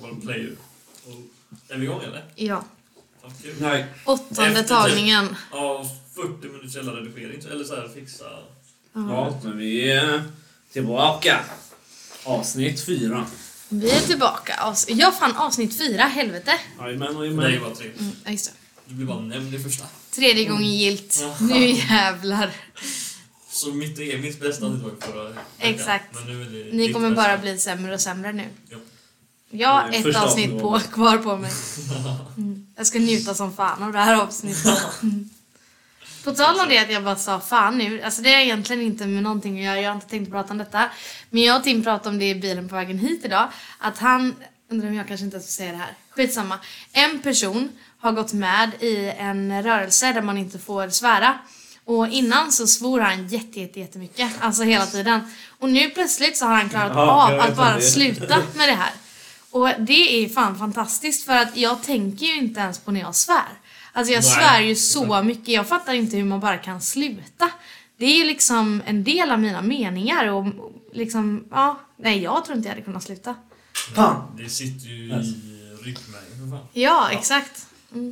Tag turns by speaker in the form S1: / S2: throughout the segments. S1: som player. Och, är vi igång eller?
S2: Ja.
S1: Ja, kul.
S3: Nej.
S2: Åttonde
S1: Efter-
S2: tagningen.
S1: Ja, 40 minuters redigering, eller så här fixa...
S3: Ja, men vi är tillbaka. Avsnitt fyra.
S2: Vi är tillbaka. Avs- Ja, fan avsnitt fyra, helvete.
S3: Jajamän,
S1: Nej,
S3: jajamän.
S1: vad trevligt.
S2: Mm, ja, just det.
S1: Du blir bara nämnd i första.
S2: Tredje gången gilt.
S1: Jaha.
S2: Nu jävlar.
S1: Så mitt, är- mitt bästa hade varit förra veckan.
S2: Exakt.
S1: Men nu är det
S2: Ni
S1: ditt
S2: kommer
S1: bästa.
S2: bara bli sämre och sämre nu.
S1: alltså. Ja.
S2: Jag har
S3: Mm,
S2: ett
S3: första
S2: avsnitt
S3: avsnittet
S2: på,
S3: var
S2: kvar på mig. Mm. Jag ska njuta som fan av det här avsnittet. Mm. På tal om det att jag bara sa fan nu, alltså det har egentligen inte med någonting att göra, jag har inte tänkt prata om detta. Men jag och Tim pratade om det i bilen på vägen hit idag, att han, undrar om jag kanske inte ens får säga det här, skitsamma. En person har gått med i en rörelse där man inte får svära. Och innan så svor han jätte, jätte, jättemycket, alltså hela tiden. Och nu plötsligt så har han klarat
S3: Ja, jag
S2: av
S3: vet
S2: att bara
S3: om det.
S2: sluta med det här. Och det är fan fantastiskt för att jag tänker ju inte ens på när jag svär. Alltså jag
S1: Nej.
S2: svär ju så mycket, jag fattar inte hur man bara kan sluta. Det är ju liksom en del av mina meningar och liksom, ja. Nej, jag tror inte jag hade kunnat sluta.
S3: Fan!
S1: Det sitter ju
S3: Yes.
S1: i ryggmärgen för fan.
S2: Ja, exakt.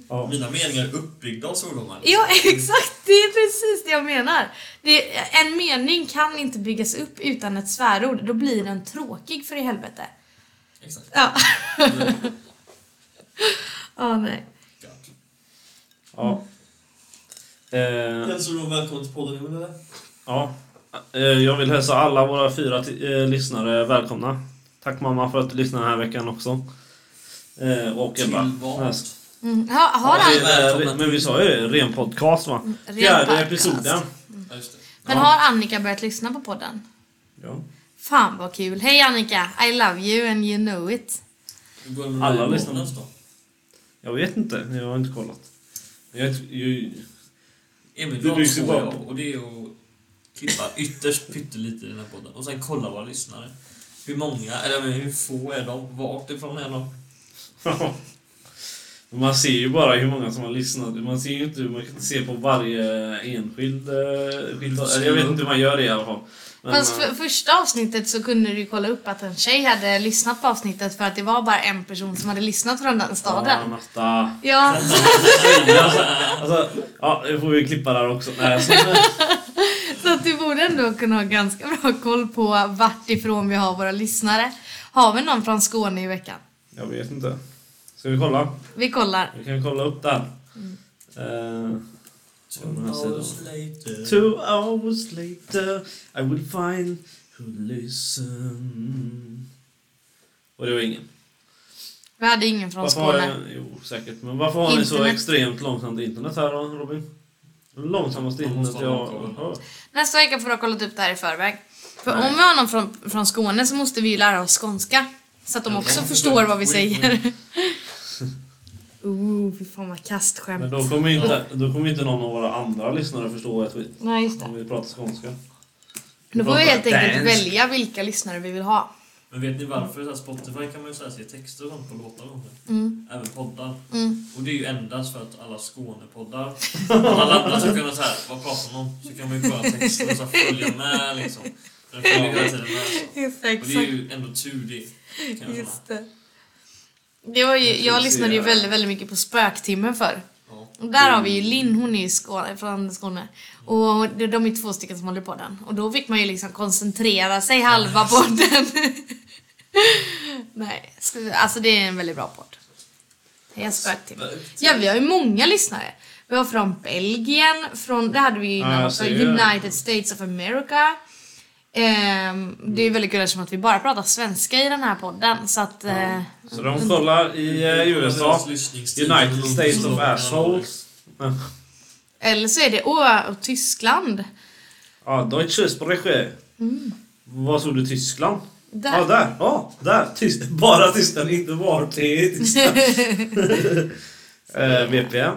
S3: Ja.
S1: Mina meningar är uppbyggda av svordomar.
S2: Ja, exakt. Det är precis det jag menar. Det, en mening kan inte byggas upp utan ett svärord. Då blir den tråkig för i helvete.
S1: Exakt.
S2: Ja. Ja, nej.
S1: Gott.
S3: ja. Eh,
S4: Hälsar du dem välkomna till podden Emil eller?
S3: ja. Eh, jag vill hälsa alla våra fyra ti- eh, lyssnare välkomna. Tack mamma för att du lyssnar den här veckan också. Eh, och
S1: Till
S3: Ebba.
S1: vad?
S3: Nej,
S2: Mm. Ha, har han,
S3: det- eh, Men vi sa ju ren podcast va?
S2: ren
S3: Fjärde
S2: podcast.
S3: episoden.
S1: Ja, just det.
S2: men
S3: Ja.
S2: har Annika börjat lyssna på podden?
S3: Ja.
S2: Fan vad kul. Hej Annika, I love you and you know it.
S1: Hur går det med
S3: Alla
S1: dig i
S3: lyssnar.
S1: månads då?
S3: Jag vet inte, jag har inte kollat. Jag, vet- ju-
S1: Emil,
S3: Det
S1: du har
S3: byggs
S1: två
S3: ju bara på.
S1: jobb och det är att klippa ytterst pyttelite i den här podden och sen kolla våra lyssnare. Hur många, eller men hur få är de? Vart ifrån är de?
S3: Man ser ju bara hur många som har lyssnat. Man ser ju inte man kan inte se på varje enskild... eh, skild, eller jag vet inte hur man gör det i alla fall. Men,
S2: Fast
S3: eh,
S2: för, första avsnittet så kunde du ju kolla upp att en tjej hade lyssnat på avsnittet för att det var bara en person som hade lyssnat från den
S3: ja,
S2: staden.
S3: Natta.
S2: Ja,
S3: Alltså, ja, det får vi klippa där också. Nej, alltså,
S2: så att du borde ändå kunna ha ganska bra koll på vart ifrån vi har våra lyssnare. Har vi någon från Skåne i veckan?
S3: jag vet inte. Ska vi kolla?
S2: Vi kollar.
S3: Vi kan kolla upp där.
S2: Mm.
S3: Eh,
S1: Two
S3: den här
S1: hours
S3: sidan.
S1: later.
S3: Two hours later I will find who listen. Och det var ingen.
S2: Vi hade ingen från
S3: Varför har
S2: Skåne.
S3: ni, jo, säkert. Men varför har ni så
S2: Internet.
S3: extremt långsamt internet här då, Robin? Det Långsammaste
S1: Man
S3: internet
S1: måste
S3: jag
S1: ha
S3: har
S1: koll.
S3: hört.
S2: Nästa vecka får du ha kollat upp det här i förväg. För
S3: Nej.
S2: om vi har någon från, från Skåne så måste vi ju lära oss skånska. Så att de
S1: Ja,
S2: också
S1: jag
S2: förstår vad vi
S1: förstår.
S2: säger. Ooh, fy fan vad
S3: Men
S2: kastskämt.
S3: då kommer, ju inte, då kommer ju inte någon av våra andra lyssnare förstå ett skit.
S2: Nej, just det.
S3: Om vi pratar skånska.
S2: Då får vi helt
S3: Bara
S2: enkelt
S3: dance.
S2: välja vilka lyssnare vi vill ha.
S1: Men vet ni varför? Så här, Spotify kan man ju så här se texter och sånt på låtar och sånt.
S2: Mm,
S1: Även poddar.
S2: mm.
S1: Och det är ju endast för att alla Skånepoddar, alla andra ska kunna så här, vad pratar de om? Så kan man ju föra texter och så här, följa med liksom. Den följer hela tiden med. så.
S2: Just det,
S1: Och det är ju ändå tur det. Kan jag säga.
S2: Just det. Det var ju,
S3: Jag
S2: jag
S3: får
S2: lyssnade ju
S3: se.
S2: väldigt, väldigt mycket på Spöktimmen förr.
S1: Ja.
S2: Och där har vi
S3: Mm.
S2: ju Linn, hon är ju Skåne, från Skåne. Och de de är två stycken som håller på den. Och då fick man ju liksom koncentrera sig halva podden. Nej, så- alltså det är en väldigt bra podd. Hej Spöktimmen. Ja, vi har ju många lyssnare. Vi har från Belgien, från, det hade vi ju
S3: Ja,
S2: innan
S3: jag
S2: också,
S3: ser ju.
S2: United States of America. Ehm, det är väldigt kul eftersom att vi bara pratar svenska i den här podden. Så att, eh,
S3: Så de kollar i eh, USA.
S1: Deras lyssningstid är
S3: United
S1: nog
S3: States
S1: så
S3: of
S1: lång.
S3: Assholes.
S2: eller så är det åh, och Tyskland.
S3: Ja, Deutsche Spreche. Vad såg du Tyskland?
S2: Mm. Där.
S3: Ja, där. Ja, där. Tyst. Bara Tyskland, inte var till Tyskland. eh, VPN.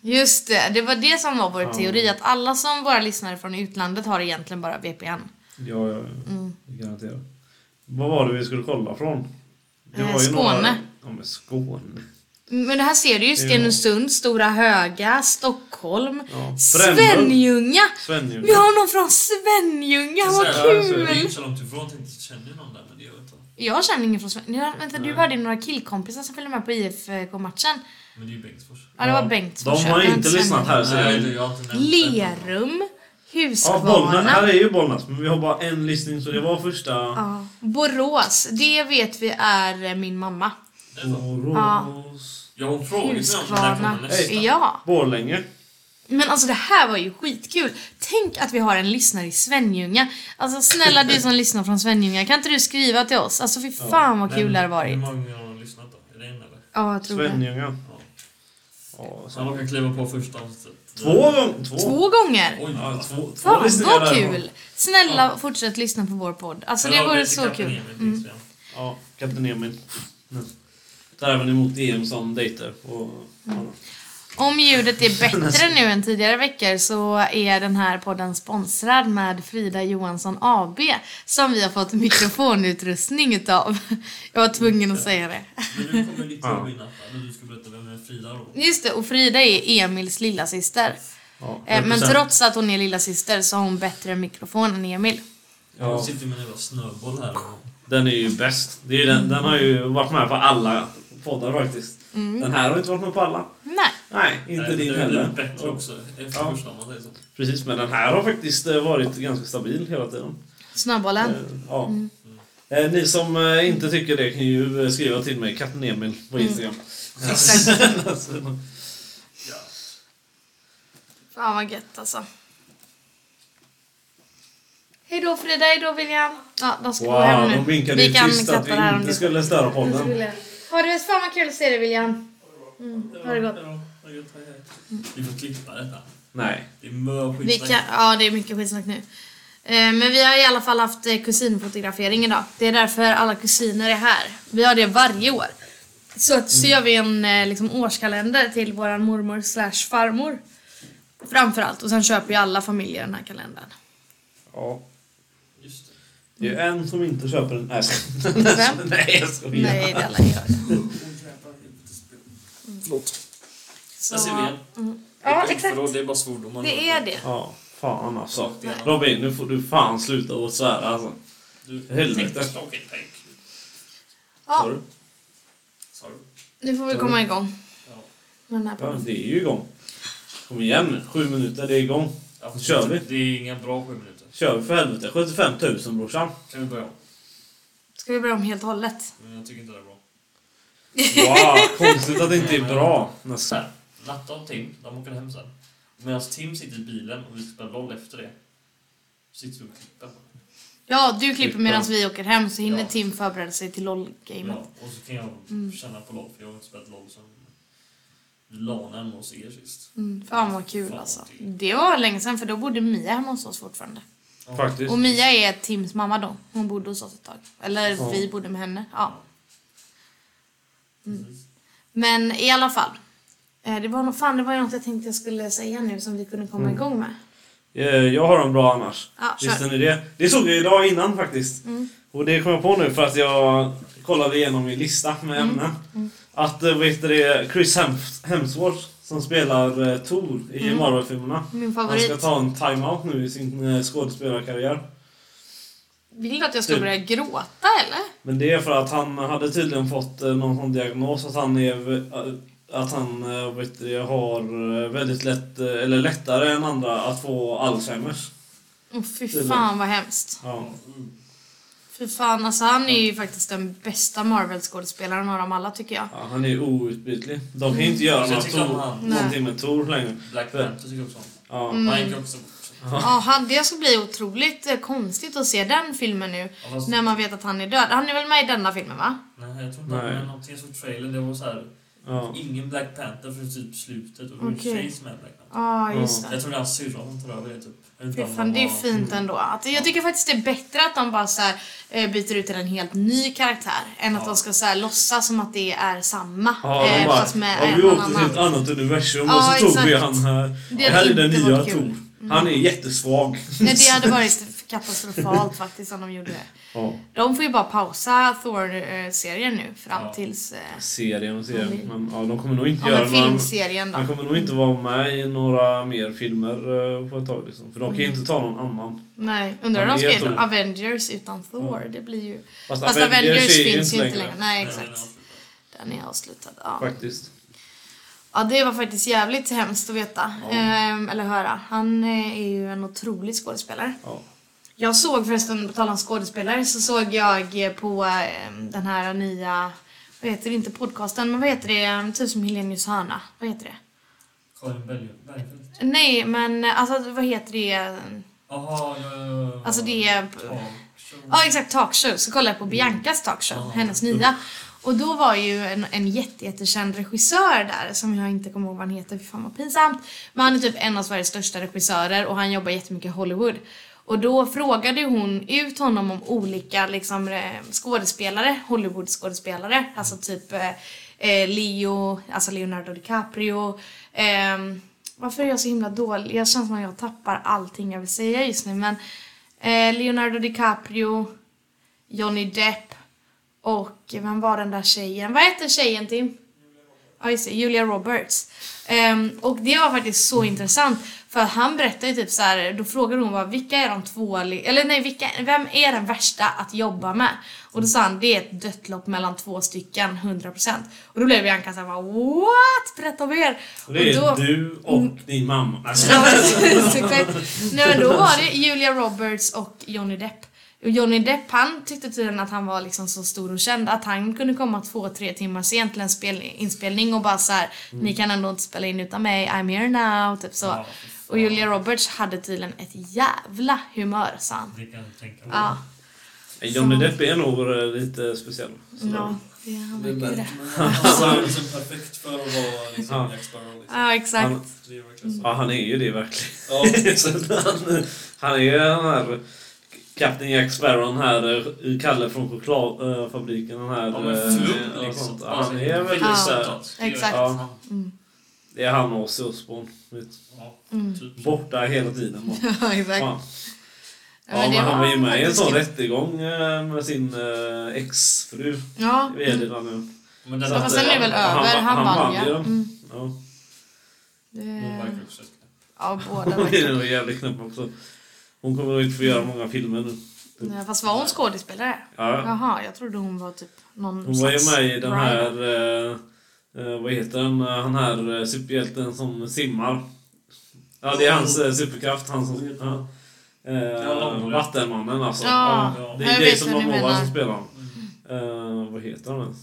S2: Just det, det var det som var vår
S3: Ja.
S2: teori att alla som våra lyssnare från utlandet har egentligen bara VPN.
S3: Ja, ja,
S2: Mm.
S3: garanterat. Vad var det vi skulle kolla från? Det
S2: Eh,
S3: var ju några-
S2: Skåne.
S3: Ja, men Skåne.
S2: Men det här ser du ju Stenungsund, Stora Höga, Stockholm,
S3: Ja. Brännö.
S2: Svenljunga!
S3: Svenljunga.
S2: Vi har någon från Svenljunga,
S1: Så här,
S2: vad
S1: alltså, Det är
S2: kul!
S1: inte så långt ifrån att jag inte känner någon där, men det gör jag inte.
S2: Jag känner ingen från Sverige. Vänta,
S3: Nej.
S2: du hade ju några killkompisar som följde med på IFK-matchen.
S1: Men det är ju Bengtsfors.
S2: Ja, det var
S3: Ja.
S2: Bengtsfors.
S3: De har
S2: jag
S3: inte
S2: sett
S3: lyssnat
S2: det.
S3: här så
S1: Nej, du,
S3: Alltså, jag...
S1: jag har inte nämnt det.
S2: Lerum,
S3: Ja, Bollnäs. Här
S2: Huskvarna,
S3: är ju Bollnäs, men vi har bara en lyssning så det var första...
S2: ja. Borås. Det vet vi är eh, min mamma.
S1: Det är så.
S3: Borås...
S1: Jag har frågat mig om när
S2: Huskvarna.
S1: kommer nästa.
S2: Ja.
S3: Borlänge.
S2: Men alltså det här var ju skitkul. Tänk att vi har en lyssnare i Svenljunga. Alltså snälla du som lyssnar från Svenljunga, kan inte du skriva till oss? Alltså fy fan vad kul
S1: Men
S2: det hade
S1: Hur
S2: varit.
S1: många har lyssnat då? Är det en eller?
S2: Ja, jag tror det.
S3: Svenljunga.
S1: Ja.
S3: Ja,
S1: Så
S3: så-
S1: han kan kliva på första avsnittet.
S3: Alltså, Två gånger! Två!
S2: Två gånger!
S1: Oj,
S3: Ja, två, Alltså, två
S2: Fan
S3: lyssningar
S2: vad
S3: därifrån.
S2: kul! Snälla fortsätt lyssna på vår podd. Alltså
S1: Jag
S2: det
S1: har
S2: vore
S1: lite
S2: så
S1: kapten
S2: kul.
S1: Emil på
S2: Mm.
S1: Instagram.
S3: Ja, kapten Emil. Mm. Tar även emot EM som dejter och
S2: Mm.
S3: annat.
S2: Om ljudet är bättre nu än tidigare veckor så är den här podden sponsrad med Frida Johansson AB som vi har fått mikrofonutrustning utav. Jag var tvungen att säga det.
S1: Men nu kommer ditt
S3: Ja.
S1: jobb i natt. Eller du ska berätta vem är Frida då?
S2: Just det, och Frida är Emils lilla syster.
S3: Ja,
S2: Eh, Men
S3: 100%.
S2: trots att hon är lilla syster så har hon bättre mikrofon än Emil.
S3: Ja.
S1: Hon sitter med en jävla snöboll här. och-
S3: Den är ju bäst. Det är ju den, den har ju varit med på alla poddar faktiskt.
S2: Mm.
S3: Den här har inte varit med på alla.
S2: Nej.
S3: Nej, inte
S1: Nej,
S3: din
S1: det är
S3: heller.
S1: lite bättre också. Efter
S3: Ja.
S1: första om man säger så.
S3: Precis, men den här har faktiskt eh, varit ganska stabil hela tiden.
S2: Snöbollen.
S3: Eh, Ja.
S2: Mm.
S3: Eh, Ni som eh, inte tycker det kan ju eh, skriva till mig, katten Emil, på Instagram.
S2: Mm. Exakt.
S3: Alltså,
S1: Ja.
S2: Fan vad gött alltså. Hej då Frida, hej då William. Ja, de ska gå
S3: Wow,
S2: hem
S3: de
S2: nu.
S3: vinkade ju tyst att vi
S2: om Mm.
S3: inte
S2: du-
S3: skulle störa podden.
S2: skulle. Ha det fan vad kul att se dig William. Mm, ha det gott.
S1: Ja, ha det gott, hej, hej. Vi får klippa detta.
S3: Nej.
S1: Det är mö
S2: Vi kan, ja, det är mycket skitsnack nu. Eh, Men vi har i alla fall haft eh, kusinfotografering idag. Det är därför alla kusiner är här. Vi har det varje år. Så, att, så gör vi en eh, liksom, årskalender till våran mormor slash farmor. Framförallt. Och sen köper ju alla familjer den här kalendern.
S3: Ja.
S1: Just det.
S3: Det är ju en som inte köper den. Nej, jag skojar.
S2: Vem?
S3: Nej, jag skojar.
S2: Nej, det är alla gör.
S3: Förlåt.
S2: Så,
S1: Där ser vi igen.
S2: mm.
S1: Det är
S2: Ja,
S1: inte
S2: exakt.
S1: förråd, Det är bara svordomar.
S2: Det är det.
S3: Ja, fan alltså.
S1: Nej.
S3: Robin, nu får du fan sluta att svära alltså.
S1: Du,
S3: Helvete.
S1: Tänk, tänk, tänk.
S3: Har
S2: Ja,
S3: du?
S1: Sa du?
S2: nu får vi komma igång
S1: Ja.
S2: med den här
S3: Ja,
S2: podden.
S3: det är ju igång. Kom igen nu, sju minuter, det är igång.
S1: Ja, fast
S3: Kör vi.
S1: Det är inga bra sju minuter.
S3: Kör för helvete, 75 000 brorsan.
S1: Kan vi börja om?
S2: Ska vi börja om helt och hållet?
S1: Men jag tycker inte det är bra.
S3: Wow, konstigt att det inte är bra. Nästan.
S1: Där. Natta och Tim, de åker hem sen. Medan Tim sitter i bilen och vi spelar boll efter det. Sitter vi och klipper.
S2: Ja, du klipper medan vi åker hem så hinner
S1: Ja.
S2: Tim förbereda sig till LOL-gamet.
S1: Ja, och så kan jag
S2: Mm.
S1: känna på LOL, för jag har inte spelat LOL sen vi la den hemma hos er sist.
S2: Mm, fan vad kul
S1: Fan,
S2: alltså.
S1: det-
S2: Det var länge sedan för då bodde Mia hemma hos oss fortfarande.
S3: Faktiskt.
S2: Och Mia är Tims mamma då. Hon bodde hos oss ett tag. Eller
S3: Ja.
S2: vi bodde med henne. Ja. Mm.
S1: Precis.
S2: Men i alla fall. Eh, Det var, nog- fan, det var ju något jag tänkte jag skulle säga nu som vi kunde komma igång med.
S3: Eh, Jag har en bra annars.
S2: Ja, kör. Mm.
S3: Visste ni Mm. det? Det såg jag idag innan faktiskt. Och det kom jag på nu för att jag kollade igenom min lista med
S2: Mm.
S3: ämnen. Att eh, vad heter det, Chris Hems- Hemsworth som spelar eh, Thor i
S2: Mm.
S3: Marvel-filmerna.
S2: Min
S3: Han
S2: favorit.
S3: ska ta en timeout nu i sin eh, skådespelarkarriär.
S2: Vill du att jag ska
S3: Du.
S2: börja gråta eller?
S3: Men det är för att han hade tydligen fått eh, någon sån diagnos att han är eh, att han eh, vet du, har eh, väldigt lätt, eh, eller lättare än andra, att få Alzheimers.
S2: Åh fy
S3: Tydligen.
S2: fan vad hemskt.
S3: Ja.
S2: Fy fan, alltså han är ju faktiskt den bästa Marvel-skådespelaren av dem alla tycker jag.
S3: Ja, han är outbytlig. De kan inte
S2: Mm.
S3: göra
S1: Så jag
S3: något
S1: tycker om
S3: Tor,
S1: han.
S3: någonting med Tor längre.
S1: Black Panther tycker jag också om.
S3: Ja.
S2: Mm.
S1: Han gick också bort.
S2: Ja, han, det ska bli otroligt eh, konstigt att se den filmen nu.
S1: Ja, fast-
S2: När man vet att han är död. Han är väl med i denna filmen va?
S1: Nej, jag tror inte att
S3: Nej.
S1: det var någonting. Jag såg trailern, det var så här,
S3: Ja.
S1: ingen Black Panther för typ slutet och det var en
S2: Okej.
S1: tjej som är Black Panther.
S2: Ja,
S3: Mm.
S2: just det.
S1: Jag tror det är hans syrra som tar över det typ. Jag vet inte
S2: Fy
S1: om
S2: fan,
S1: de
S2: det är
S1: har-
S2: fint ändå. Att, jag tycker faktiskt det är bättre att de bara så här, eh, byter ut till en helt ny karaktär. Än att
S1: Ja.
S2: de ska så här, låtsas som att det är samma.
S3: Ja, de
S2: eh,
S3: bara,
S2: fast med
S3: ja, vi
S2: en
S3: åkte till ett
S2: annan.
S3: annat universum
S2: Ja,
S3: och så tog vi
S2: exakt.
S3: han här.
S2: Det
S3: Det här är
S2: hade
S3: den
S2: inte
S3: nya
S2: varit kul. Mm.
S3: Tor. Han är jättesvag.
S2: Nej, det hade varit katastrofalt faktiskt om de gjorde det.
S3: Ja,
S2: De får ju bara pausa Thor-serien nu fram
S1: Ja.
S2: tills... Eh,
S3: serien och serien. Men ja, de kommer nog inte
S2: ja,
S3: göra
S2: men
S3: några...
S2: filmserien då.
S3: De kommer nog inte vara med i några mer filmer eh, på ett tag liksom. För de kan ju inte ta någon annan.
S2: Nej, undrar hur
S3: Ja,
S2: de ska
S3: det är
S2: heta
S3: Thor.
S2: Avengers utan Thor. Det blir ju...
S3: Fast,
S2: Fast Avengers,
S3: är
S2: finns ju inte längre. Nej,
S1: Nej,
S2: exakt. Den är avslutad. Ja.
S3: Faktiskt.
S2: ja, det var faktiskt jävligt hemskt att veta. Ehm, eller höra. Han eh, är ju en otrolig skådespelare.
S3: Ja.
S2: Jag såg förresten, på tal om skådespelare, så såg jag eh, på eh, den här nya... Vad heter det? Inte podcasten, men vad heter det? Typ som Helenius hörna. Vad heter det?
S1: Karin Berg- Bergfeldt.
S2: Nej, men eh, alltså vad heter det? ehm,
S1: Jaha, ja, ja, ja.
S2: Alltså det är...
S1: Talkshow.
S2: Ja, exakt. Talkshow. Så kollade jag på Biancas talkshow, hennes nya. Och då var ju en, en jätte, jättekänd regissör där, som jag inte kommer ihåg vad han heter, för fan vad pinsamt. Men han är typ en av Sveriges största regissörer och han jobbar jättemycket i Hollywood. Och då frågade hon ut honom om olika liksom, eh, skådespelare, Hollywood-skådespelare. Alltså typ eh, eh, Leo, alltså Leonardo DiCaprio. ehm, varför är jag så himla dålig? Jag känner som att jag tappar allting jag vill säga just nu. Men eh, Leonardo DiCaprio, Johnny Depp och vem var den där tjejen? Vad hette tjejen Tim? Ja just det, Julia Roberts. Ehm, och det var faktiskt
S3: Mm.
S2: så intressant för han berättade ju typ så här, då frågade hon bara vilka är de två, li- eller nej vilka, vem är den värsta att jobba med? Och då sa han det är ett dött lopp mellan två stycken, 100%. Och då blev Bianca såhär bara what? Berätta om er!
S3: Och det är
S2: och då, Mm.
S3: du och din mamma.
S2: Ja, precis, exakt. Nej men då var det Julia Roberts och Johnny Depp. Och Johnny Depp han tyckte tydligen att han var liksom så stor och känd att han kunde komma två, tre timmar sent till en spel- inspelning och bara så här:
S3: Mm.
S2: ni kan ändå inte spela in utan mig, I'm here now, typ så.
S1: Ja, fy fan.
S2: och Julia Roberts hade tydligen ett jävla humör sa han.
S1: Det kan jag tänka mig.
S2: Ja,
S3: Johnny Depp är nog eh, lite speciell. Så.
S2: ja det, han
S4: Det är
S2: verkar ju det.
S4: Bergman. Alltså, han är liksom perfekt för att vara liksom
S3: Ja.
S4: Jack Sparrow. Liksom.
S2: Ja, exakt.
S3: Han,
S4: Det är verkligen så.
S3: ja, han är ju det verkligen.
S4: Ja, exakt.
S3: han, han är ju den här Captain Jack Sparrow, den här eh, Kalle från chokladfabriken. Den här...
S1: Ja, men
S3: eh,
S1: flubb
S3: och
S1: liksom.
S3: sånt. Han är väl
S2: Ja.
S3: lite såhär...
S2: exakt.
S3: Ja.
S2: Mm.
S3: Det är han och Ozzy Osbourne. vet du.
S1: Ja,
S2: Mm.
S1: typ.
S3: Borta hela tiden. bara.
S2: Ja, exakt.
S3: Fan.
S2: Ja,
S3: Ja, men
S2: det
S3: han var ju med i en
S2: faktiskt
S3: sån
S2: kul.
S3: rättegång eh, med sin eh, exfru.
S2: Ja.
S3: Det är det där nu.
S1: Men den
S3: Så
S2: Fast
S1: hade-
S2: sen är det väl
S3: Han-
S2: över, han,
S3: han
S2: vann
S3: vann
S2: ju.
S3: ju.
S2: Mm.
S3: Ja.
S1: Hon
S2: Det...
S1: verkar också
S2: Ja, båda
S3: Hon är
S2: verkar.
S3: nog jävligt knäpp också. Hon kommer nog inte få göra många filmer nu.
S2: Nej, Fast var hon skådespelare?
S3: Ja.
S2: Jaha, jag trodde hon var typ någon
S3: Hon var ju
S2: slags
S3: med i den
S2: Brian.
S3: här... eh, eh, vad heter den? Eh, Han här eh, superhjälten som simmar. Ja, det är hans eh, superkraft. Han som... Ja. Eh, vattenmannen alltså.
S2: Ja,
S3: Ja,
S2: jag
S3: Det är
S2: vet
S3: Jason
S2: vad ni
S3: Momoa
S2: menar.
S3: som spelar honom. Eh, vad heter han ens?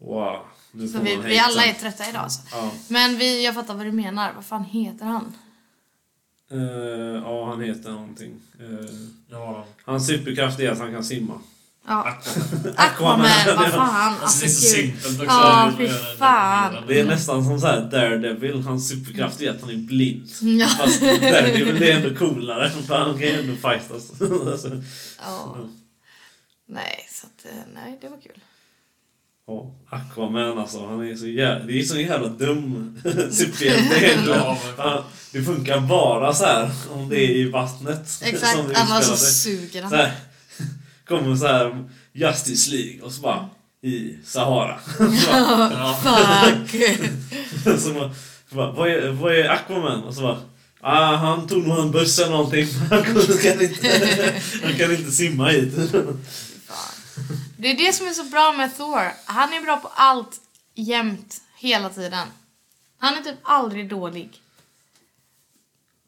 S3: Wow. Nu
S2: Så
S3: får
S2: vi,
S3: man
S2: vi
S3: hate
S2: alla
S3: sen.
S2: är trötta idag alltså.
S3: Ja.
S2: Men vi, jag fattar vad du menar. Vad fan heter han?
S3: Eh, ja, han heter någonting. Eh,
S1: Ja,
S3: hans superkraft är att han kan simma.
S2: Ja,
S1: Aquaman.
S2: Aquaman. Vad fan.
S1: Alltså det är så
S2: Alltså gud.
S1: simpelt också.
S2: Ja, fy
S1: Det är-
S2: fan.
S3: Det är nästan som så här Daredevil. Hans superkraft är att han är blind.
S2: Ja.
S3: Fast Daredevil Alltså, är ändå coolare. För han kan ju ändå fightas. Alltså,
S2: Ja. Nej, så att, eh, nej, det var kul.
S3: ja, Aquaman alltså. Han är så jävla... Det är så jävla dum superhjälte. Det är ändå-
S1: Ja, men-
S3: Ja, Det funkar bara så här om det är i vattnet.
S2: Exakt,
S3: som det utspelar
S2: annars så
S3: sig.
S2: suger
S3: så
S2: han.
S3: här, kommer så här Justice League och så bara i Sahara. Så bara-
S1: Ja.
S2: Fuck.
S3: så bara, så bara, vad, är, vad är Aquaman? Och så bara, ah, han tog nog en buss eller någonting. Han kan inte, han kan inte simma hit.
S2: Fan. Det är det som är så bra med Thor. Han är bra på allt jämt, hela tiden. Han är typ aldrig dålig.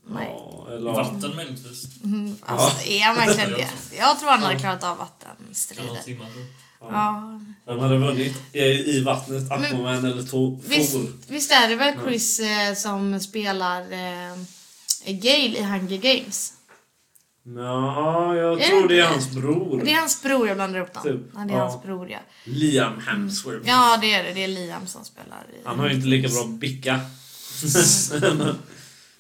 S2: Nej.
S3: Ja, eller,
S1: Vatten möjligtvis.
S2: Mm, Alltså, är han verkligen det? Jag tror han hade klarat av vattenstrider.
S3: typ.
S1: Någonting man-
S2: Ja.
S3: han hade vunnit i, i vattnet, Aquaman eller Thor.
S2: Visst,
S3: Thor.
S2: visst är det väl Chris eh, som spelar eh, Gale i Hunger Games?
S3: Nå, jag
S2: Är
S3: tror
S2: det
S3: det är
S2: inte?
S3: hans bror.
S2: Det är hans bror jag blandar upp dem.
S3: Typ,
S2: Ja, det är
S3: ja.
S2: hans bror ja.
S3: Liam Hemsworth.
S2: Ja, det är det. Det är Liam som spelar i...
S3: Han har ju inte lika bra bicka.
S2: Mm.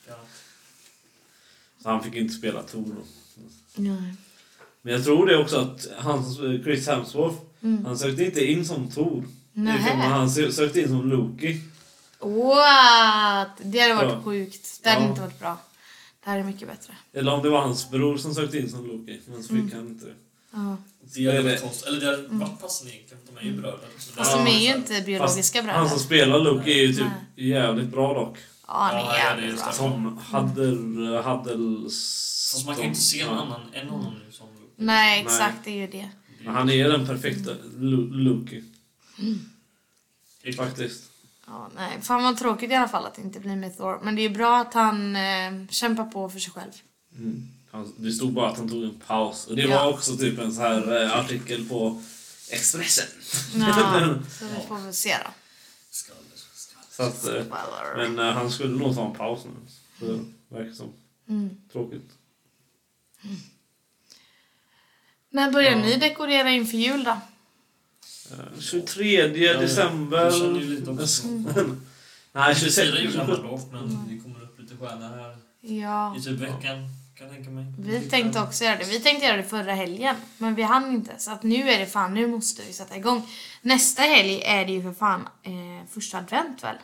S1: Ja.
S3: Så han fick inte spela Thor då.
S2: Nej.
S3: Men jag tror det också att hans, Chris Hemsworth,
S2: Mm.
S3: han sökte inte in som Thor.
S2: Nej.
S3: Utan Han sö- sökte in som Loki.
S2: What? Det hade varit
S3: Ja.
S2: sjukt. Det hade
S3: Ja.
S2: inte varit bra. Det här är mycket bättre.
S3: Eller om det var hans bror som sökte in som Loki, men så fick
S2: Mm.
S3: han inte det.
S2: Ja.
S4: Det hade
S3: Nej,
S4: varit
S3: nej.
S4: konstigt. Eller det hade varit passande egentligen, för de är ju bröder. Så
S2: Mm. Fast
S4: där-
S2: de är ju
S4: så här,
S2: inte biologiska bröder.
S3: Han som spelar Loki är ju typ
S2: Nej.
S3: jävligt bra dock.
S2: Ja, han
S1: Ja,
S2: är
S1: det är
S2: jävligt
S1: just
S2: bra.
S1: det.
S3: Tom Haddel... Haddel...
S1: Mm. Fast man kan ju inte se en annan, en annan nu som Luke.
S2: Nej,
S3: Nej.
S2: exakt. Det är ju det.
S1: Det
S3: Men han är den perfekta Lu- Loki,
S1: är-
S3: faktiskt.
S2: Ja, nej. Fan vad tråkigt i alla fall att det inte blir med Thor. Men det är ju bra att han eh, kämpar på för sig själv.
S3: Mm. Han, det stod bara att han tog en paus. Och det
S2: Ja.
S3: var också typ en så här eh, artikel på Expressen.
S2: Ja, så vi får väl se då.
S4: skvaller, skvaller.
S3: Så att, eh,
S2: Spoiler.
S3: men eh, han skulle nog ta en paus nu. Så det verkar som.
S2: Mm.
S3: Tråkigt.
S2: När börjar ni dekorera inför jul då?
S3: Eh, 23 december.
S4: Jag känner ju lite också.
S1: Vi firar
S3: Nej, 26.
S1: julafton dock, men det kommer upp lite stjärnor här
S2: Mm. Ja,
S1: i typ veckan, kan jag tänka mig.
S2: vi tänkte också göra det. Vi tänkte göra det förra helgen, men vi hann inte. Så att nu är det fan, nu måste vi sätta igång. Nästa helg är det ju för fan eh, första advent väl?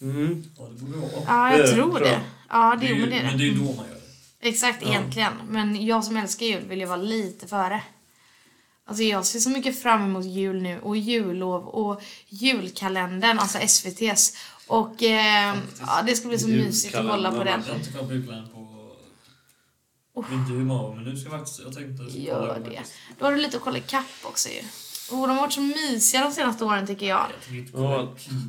S3: Mm.
S4: Ja, det borde vara.
S2: Ja,
S3: Det
S2: jag
S3: är det,
S2: tror
S3: tror jag.
S2: det. Ja,
S4: Det
S2: det,
S4: är ju-
S2: men det är
S4: Men
S2: det.
S4: det är ju då man gör det.
S2: Exakt, egentligen. Men jag som älskar jul vill ju vara lite före. Alltså jag ser så mycket fram emot jul nu och jullov och julkalendern, alltså SVT's. Och eh, ja, det ska bli så mysigt att kolla på den.
S4: alltså.
S3: Julkalendern.
S1: Jag har inte kollat på julkalendern på... Oh. Inte hur många, men nu ska jag faktiskt... Jag tänkte... kolla på
S2: Gör det.
S1: faktiskt.
S2: Då har du lite att kolla ikapp också ju. Och de har varit så mysiga de senaste åren tycker jag.
S1: Jag tänker inte kolla.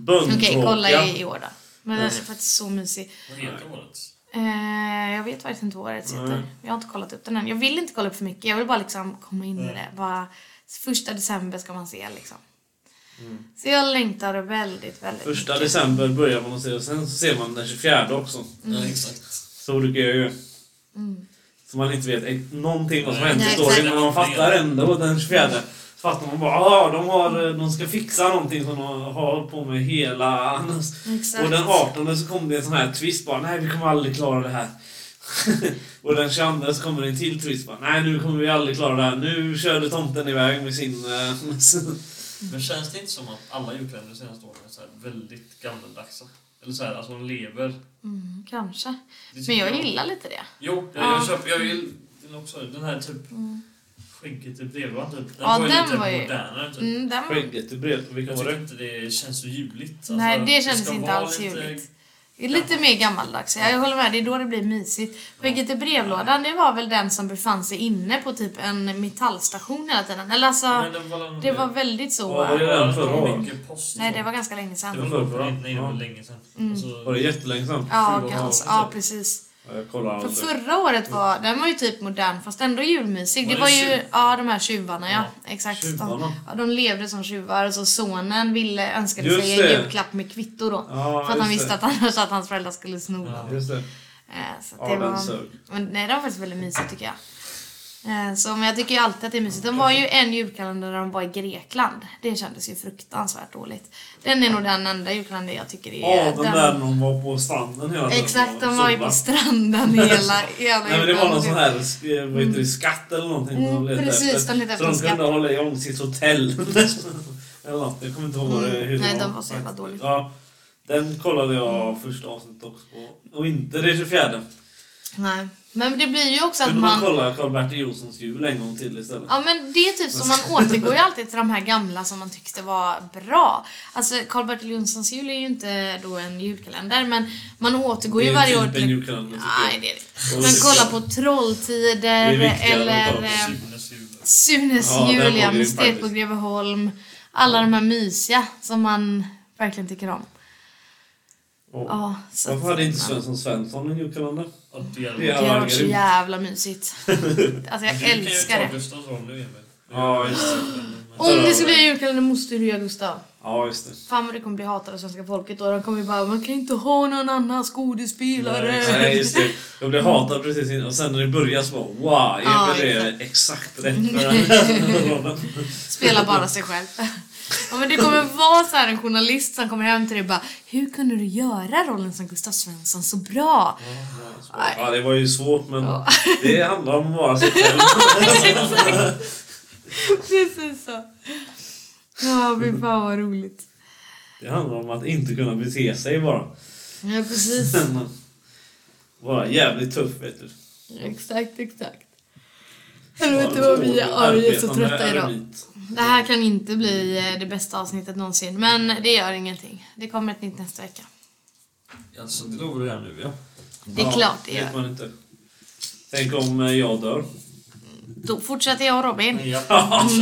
S3: Ja,
S2: Okej, kolla
S3: böntråkiga.
S2: i, i år då. Men den är faktiskt så mysig.
S1: Vad heter årets?
S2: Eh, jag vet faktiskt inte vad årets heter.
S3: Nej.
S2: Jag har inte kollat upp den än. Jag vill inte kolla upp för mycket. Jag vill bara liksom komma in i det. Bara första december ska man se liksom. Så jag längtar väldigt, väldigt
S3: Mm. Första
S2: mycket.
S3: december börjar man att se och sen så ser man den 24 också.
S2: Mm.
S4: Ja, exakt.
S3: Så brukar jag ju. Så man inte vet ex- någonting vad som har hänt i
S2: Nej,
S3: storyn
S2: exakt.
S3: men man fattar ändå den 24. Så fattar man bara ah, de, har, eh, de ska fixa någonting som de har hållit på med hela...
S2: Exakt.
S3: Och den 18 så kom det en sån här twist bara nej vi kommer aldrig klara det här. och den 22 så kommer det en till twist bara nej nu kommer vi aldrig klara det här. Nu körde tomten iväg med sin... eh,
S2: Mm.
S1: Men känns det inte som att alla julkalendrar de senaste åren är så här väldigt gammeldagsa? Eller så här, alltså de lever...
S2: Mm, kanske.
S1: Det
S2: Men
S1: tycker
S2: jag gillar lite det.
S1: Jo, jag,
S2: Ja. Mm.
S1: jag köper... Jag vill den också. Den här typ... Skägget i brevlådan typ. Den
S2: Ja,
S1: var ju
S2: den
S1: lite
S2: var ju-
S1: modernare typ.
S2: Mm, den...
S3: Skägget i brev. Vilken
S1: Jag
S3: var
S1: tycker
S3: det?
S1: inte det känns så juligt. Alltså,
S2: Nej, det kändes
S1: ska
S2: inte
S1: vara
S2: alls
S1: lite-
S2: juligt. Det är Lite mer gammaldags. Jag håller med, det är då det blir mysigt. Skägget i brevlådan, det var väl den som befann sig inne på typ en metallstation hela tiden. Eller alltså,
S1: Men den var
S2: det var väldigt så...
S3: Ja, det- den förra
S1: var
S3: året?
S1: mycket post.
S2: Nej, Alltså, det var ganska länge
S1: Det var
S2: sedan.
S3: förra
S1: nog för
S3: året.
S1: nej, det var
S3: Ja.
S1: länge sedan.
S3: Var
S1: Alltså,
S3: det jättelänge sedan?
S2: Ja,
S1: Fyra år
S2: ganska,
S1: sedan.
S2: ja precis.
S3: Ja, Jag kollar
S2: För
S3: aldrig.
S2: förra året var, den var ju typ modern fast ändå julmysig.
S1: Var
S2: Det
S1: det
S2: var ju,
S1: tjuv-
S2: ja de här tjuvarna ja. Exakt.
S3: Tjuvarna?
S2: De, ja, de levde som tjuvar och så sonen ville, önskade
S3: Just
S2: sig
S3: det.
S2: en julklapp med kvitto då.
S3: Ja,
S2: för att han
S3: just
S2: visste
S3: det.
S2: att annars att hans föräldrar skulle sno dem.
S3: Just det.
S2: Eh, Så att
S3: Ja,
S2: det
S3: den
S2: var...
S3: sög.
S2: Men, nej, det var faktiskt väldigt mysigt tycker jag. Eh, Så, men jag tycker ju alltid att det är mysigt. De var ju en julkalender när de var i Grekland. Det kändes ju fruktansvärt dåligt. Den är nog den enda julkalender jag tycker är...
S3: Ja, den där de var på stranden hela tiden.
S2: Exakt,
S3: och
S2: de var ju
S3: sola.
S2: på stranden hela, hela
S3: Nej men det var någon sån
S2: julkalendern.
S3: här sk- vad heter det, skatt eller någonting
S2: Mm,
S3: de letade
S2: precis, de letade efter en
S3: Så de kunde hålla igång sitt hotell. eller något, jag kommer inte ihåg vad det- hur
S2: Nej,
S3: det
S2: de var så jävla dåliga. Mm.
S3: Ja, den kollade jag första avsnittet också på. Och inte det 24.
S2: Nej. Men det blir ju också att
S3: Kunde man
S2: man...
S3: kolla Karl-Bertil Jonssons E. jul en gång till istället?
S2: Ja men det är typ som man återgår ju alltid till de här gamla som man tyckte var bra. Alltså Karl-Bertil Jonssons jul är ju inte då en julkalender men man återgår
S3: Det
S2: ju
S3: är
S2: varje år
S3: typ en julkalender, tycker
S2: Nej
S3: jag.
S2: det är det
S3: Och
S2: Men
S3: det-
S2: kolla på Trolltider
S3: Det är viktigare att
S2: eller
S3: kolla på
S2: eh,
S1: Sunes jul.
S2: Sunes
S3: Ja, den var
S2: jul, ja,
S3: grym
S2: Mysteriet på
S3: faktiskt.
S2: Greveholm. Alla de här mysiga som man verkligen tycker om.
S3: Och
S2: Ja, så
S3: Varför hade inte
S2: man-
S3: Svensson Svensson en julkalender?
S1: Ja, det är-
S3: Det är
S2: Det har
S3: alla
S2: varit så
S3: grymt.
S2: jävla mysigt. Alltså jag älskar
S1: Du kan ju
S2: det.
S1: ta Gustavs roll nu, Emil.
S3: Ja, just det.
S2: Om det skulle bli en julkalender måste du göra Gustav.
S3: Ja, just det.
S2: Fan vad det kommer bli hatat av svenska folket då. De kommer ju bara, man kan inte ha någon annan skådespelare.
S3: Nej, just det. Jag blev hatad precis innan och sen när det började så bara wow, Emil
S2: Ja,
S3: är exakt rätt för den här rollen.
S2: Spela bara sig själv. Ja, men det kommer vara så här en journalist som kommer hem till dig och bara, hur kunde du göra rollen som Gustav Svensson så bra?
S3: Ja, det var ju svårt men det handlar om att vara sig själv.
S2: Precis så. Ja, fy fan vad roligt.
S3: Det handlar om att inte kunna bete sig bara.
S2: Ja, precis.
S3: Men, Vara jävligt tuff vet du.
S5: Exakt, exakt. Helvete vad vi ja, vi är så
S3: Arbetande
S5: trötta idag.
S3: eremit.
S2: Det här kan inte bli eh, det bästa avsnittet någonsin, men det gör ingenting. Det kommer ett nytt nästa vecka.
S1: Alltså, det lovar du redan nu, ja.
S2: Det är
S3: Ja,
S2: klart det
S3: vet
S2: gör.
S3: man inte. Tänk om eh, jag dör.
S2: Då fortsätter jag och Robin.
S1: Ja, alltså,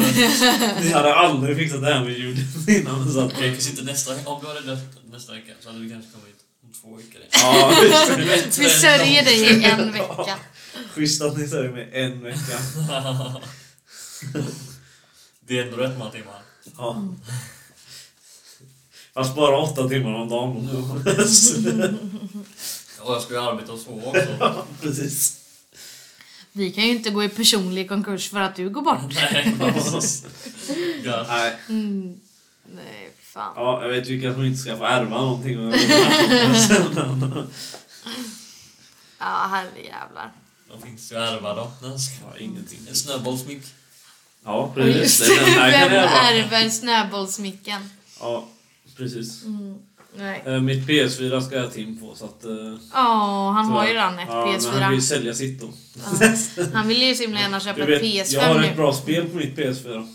S3: Ni hade aldrig fixat det här med ljud innan. Så att,
S1: jag kanske inte nästa, om du hade dött nästa vecka så hade vi kanske kommit om två veckor.
S3: ja, visst.
S2: Vi sörjer dig i en vecka.
S3: Schysst att ni sörjer mig en vecka.
S1: Det är ändå rätt många timmar.
S3: Ja. Fast bara åtta timmar om dagen.
S1: Och jag ska ju arbeta så också.
S3: Precis.
S2: Vi kan ju inte gå i personlig konkurs för att du går bort.
S1: Nej, precis. Ja.
S3: Nej.
S2: Mm. Nej, fan.
S3: Ja, jag vet vilka som inte ska få ärva någonting.
S2: Ja, herrejävlar.
S1: De finns ju att ärva då. Nej, ska-
S3: Ja, ingenting.
S1: En snöbollsmick.
S3: Ja,
S2: Och
S3: precis.
S2: just
S3: Det är den här
S2: vem
S3: kan jag ärva.
S2: ärver snöbollsmicken?
S3: Ja, precis.
S2: Nej.
S3: Eh, Mitt PS4 ska jag Tim på så att... eh,
S2: Ja, han har ju
S3: tyvärr.
S2: redan ett
S3: Ja, men Han vill
S2: PS4.
S3: sälja sitt då.
S2: Ja. Han vill ju så himla gärna köpa
S3: Du
S2: ett
S3: vet, jag har
S2: PS5
S3: ett
S2: nu.
S3: bra spel på mitt PS4.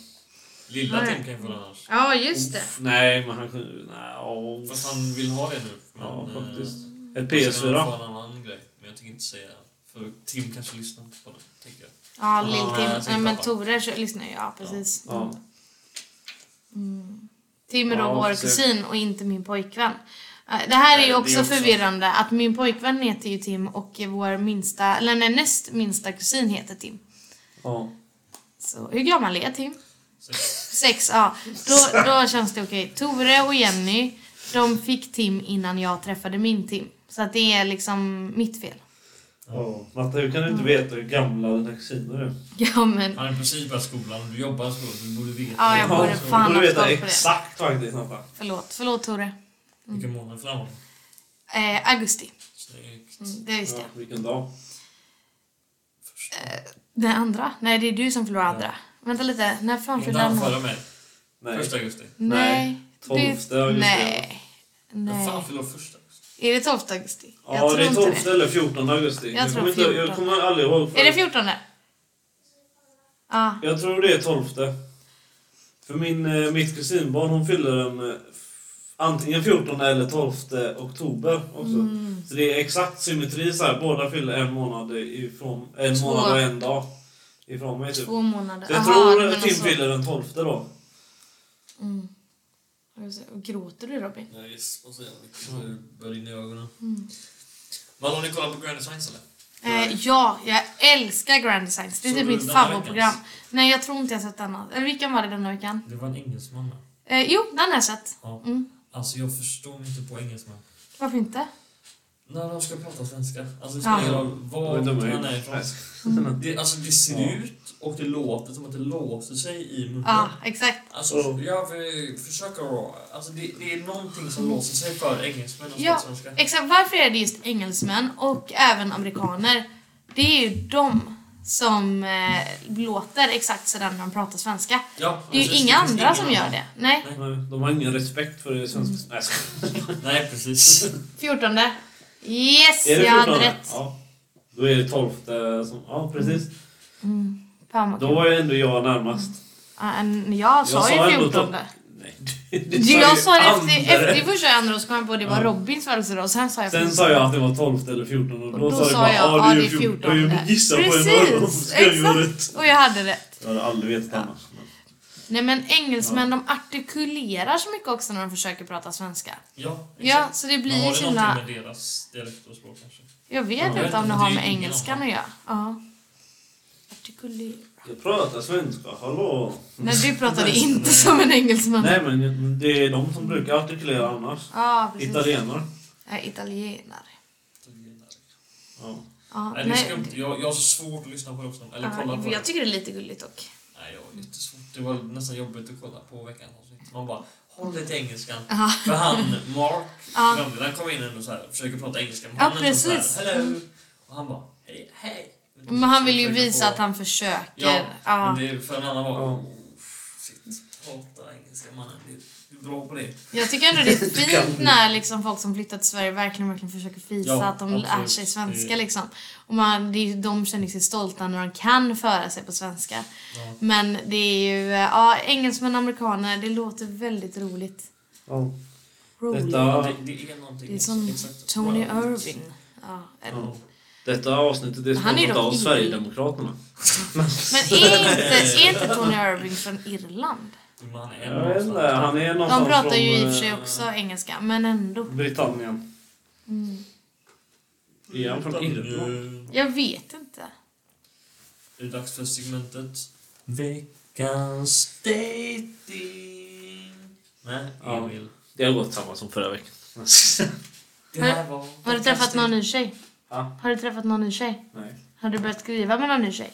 S1: Lilla
S2: Nej.
S1: Tim kan ju få den annars.
S2: Ja, just det.
S3: Uff, Nej, men han kunde... Nej, åh.
S1: Fast han vill ha det nu. Men,
S3: Ja,
S2: Mm.
S1: eh,
S3: faktiskt. Ett
S1: han ska nog
S3: PS4.
S1: få en annan grej. Men jag tänker inte säga. För Tim kanske lyssnar på den, tänker jag.
S2: Ja,
S1: Ja,
S2: lill-Tim.
S1: sin
S2: Nej, men
S1: pappa.
S2: Tore kö- lyssnar ju. Ja, precis.
S3: Ja.
S2: Tim är då
S3: Ja,
S2: vår
S3: precis.
S2: kusin och inte min pojkvän. Eh, Det här är
S1: Nej,
S2: ju
S1: det är
S2: också
S1: också-
S2: förvirrande att min pojkvän heter ju Tim och vår minsta, eller nej, näst minsta kusin heter Tim.
S3: ja.
S2: Så hur gammal är Tim?
S1: Så-
S2: Sex, ja. Då, då känns det okej. Tore och Jenny, de fick Tim innan jag träffade min Tim. Så att det är liksom mitt fel.
S3: Ja. Matte, hur kan du inte veta hur gamla dina kusiner är?
S2: Ja, men...
S1: Han är precis börjat skolan. Du jobbar i skolan. Du borde veta.
S2: Ja, jag borde
S3: du
S2: fan
S3: borde
S2: ha
S3: veta
S2: koll på det.
S3: exakt faktiskt, Natta.
S2: Förlåt, förlåt Tore.
S1: Vilken månad framåt.
S2: Eh, augusti.
S1: Snyggt.
S2: Mm, det visste
S3: Ja,
S2: jag.
S3: vilken dag.
S1: Först.
S2: Eh, Den andra? Nej, det är du som förlorar andra. Vänta lite, när fan
S1: Inte
S2: fyllde
S1: han
S2: han år?
S1: förra mig.
S3: Nej.
S1: Första augusti.
S2: Nej.
S3: Nej, 12
S2: det-
S3: augusti.
S2: Nej.
S1: Vem
S2: Nej.
S1: fan fyller år första augusti?
S2: Är det 12 augusti?
S3: Ja, det är
S2: inte
S3: 12 eller 14 augusti.
S2: Jag tror
S3: kommer inte, jag
S2: 14.
S3: kommer aldrig ihåg. för-
S2: Är det 14? Ja.
S3: Jag tror det är 12. För min, eh, mitt kusinbarn hon fyller den eh, f- antingen 14 eller 12 oktober också.
S2: Mm.
S3: Så det är exakt symmetri så här. Båda fyller en månad ifrån, en
S2: Två.
S3: månad och en dag ifrån mig typ.
S2: Två månader.
S3: Så jag
S2: Aha,
S3: tror
S2: men
S3: Tim
S2: alltså-
S3: fyller den 12 då.
S2: Mm. Gråter du Robin?
S1: Jag gissar på så jävla mycket. Det börjar rinna i ögonen. Vad har ni kollat på Grand Designs eller?
S2: Eh, ja, jag älskar Grand Designs. Det är
S1: Såg
S2: typ
S1: du
S2: mitt
S1: denna
S2: favoritprogram.
S1: veckans?
S2: Nej, jag tror inte jag sett denna. Eller vilken var det denna veckan?
S1: Det var en engelsman va?
S2: Eh, jo, den har jag sett.
S1: Ja.
S2: Mm.
S1: Alltså jag förstår mig inte på engelsman.
S2: Varför inte?
S1: När de ska prata svenska. Alltså det
S2: Ja.
S1: spelar ingen roll var
S3: Det var dumma
S1: han är
S3: ju.
S1: ifrån.
S2: Mm.
S1: Det, alltså det ser
S3: Ja.
S1: ut och det låter som att det låser sig i munnen.
S2: Ja, exakt.
S1: Alltså jag vill- försöker att- Alltså det, det är någonting som låser sig för engelsmän och
S2: Mm. Ja. Eh,
S1: svenska.
S2: Exakt, varför är det just engelsmän och även amerikaner? Det är ju de som eh, låter exakt sådär när de pratar svenska.
S1: Ja,
S2: Det är ju
S1: precis.
S3: Alltså,
S2: inga
S1: finns
S2: andra
S1: ingen
S2: som gör
S1: annan.
S2: det. Nej.
S3: Nej, De har ingen respekt för det svenska. Nej, jag skojar.
S1: Nej, precis.
S2: 14. Yes,
S3: är det
S2: jag
S3: 14?
S2: hade rätt. Mm.
S3: Ja. Då är det 12 som... Ja, precis.
S2: Fan vad
S3: Då
S2: kul.
S3: var ju ändå jag närmast.
S2: Ja, en- Jag sa
S3: sa
S2: ju
S3: ändå
S2: 14.
S3: Nej.
S2: Jag sa det
S3: andra.
S2: efter, efter första och andra och så kom jag på att det var
S3: Ja.
S2: Robins födelsedag och sen sa jag
S3: Sen sa jag att det var 12 eller 14 och då,
S2: Och då
S3: sa du
S2: sa
S3: bara
S2: jag,
S3: ja det är 14. Och jag
S2: fjortonde."
S3: gissade på en
S2: Precis,
S3: morgon så skrev jag rätt.
S2: och jag hade rätt.
S3: Jag hade aldrig vetat annars. men-
S2: Nej men engelsmän de artikulerar så mycket också när de försöker prata svenska.
S1: Ja,
S2: Ja, så det blir
S1: Men har
S2: ju
S1: det
S2: så
S1: någonting
S2: himla...
S1: med deras dialekt och språk kanske?
S2: Jag
S1: Ja,
S2: vet
S1: jag
S2: inte
S1: vet
S2: om det
S1: inte,
S2: har
S1: det är
S2: med
S1: ju ingen
S2: engelskan att
S1: annan.
S2: göra. Ja. Artikulera.
S3: Jag pratar svenska, hallå?
S2: Nej, du pratade
S1: Nej,
S2: inte
S1: nej.
S2: som en engelsman.
S3: Mm. Nej men det är de som brukar artikulera annars.
S2: Ja, precis.
S3: Italienare.
S2: Ja, italienare.
S3: Ja.
S2: Ja,
S1: Nej, det är
S2: nej.
S1: skumt. Jag, jag har så svårt att lyssna på det också. Eller kolla
S2: Ja,
S1: på det.
S2: jag tycker det är lite gulligt dock.
S1: Nej, jag har jättesvårt. Det var nästan jobbigt att kolla på veckans avsnitt. Man bara, håll dig till engelskan.
S2: Ja.
S1: För han, Mark,
S2: Ja.
S1: framtiden, han kom in ändå så här, försöker prata engelska. Men
S2: Ja,
S1: han är ändå så här,
S2: precis. Mm.
S1: Hello! Och han bara, hej, hej.
S2: Men han vill ju
S1: Försöker
S2: visa
S1: få-
S2: att han försöker.
S1: Ja,
S2: Ja.
S1: men det är för en annan var...
S3: Ja.
S1: Shit. Hatar engelska mannen. Det är bra på det.
S2: Jag tycker ändå det är fint när liksom folk som flyttat till Sverige verkligen, verkligen försöker visa
S1: Ja,
S2: att de lär
S1: absolut.
S2: sig svenska.
S1: Det-
S2: Liksom. Och man, det är, ju- de känner sig stolta när de kan föra sig på svenska.
S1: Ja.
S2: Men det är ju, eh, ja, engelsmän och amerikaner, det låter väldigt roligt.
S3: Ja.
S2: roligt.
S3: Detta- Ja.
S1: Det, det är någonting.
S2: Det är som
S1: exakt.
S2: Tony
S1: Bra.
S2: Irving. Ja, eller-
S3: Ja. Detta avsnittet är
S2: Han är
S3: sponsrat
S2: dock
S3: av
S2: ingen.
S3: Sverigedemokraterna.
S2: Men är inte, är inte Tony Irving från Irland?
S1: Men han är
S3: Jag vet inte,
S1: någonstans.
S3: han är någonstans
S2: De pratar ju i
S3: från,
S2: och för sig
S3: eh,
S2: också engelska, men ändå.
S3: Britannien.
S2: Mm.
S3: Är han från Irland?
S1: Nu
S2: Jag vet inte.
S1: är det dags för segmentet. Veckans dating. Nej,
S3: Ja.
S1: Emil.
S3: Det har gått samma som förra veckan.
S1: Det här var...
S2: Har du träffat någon ny tjej?
S3: Ja.
S2: Har du träffat någon ny tjej?
S3: Nej.
S2: Har du börjat skriva med någon ny tjej?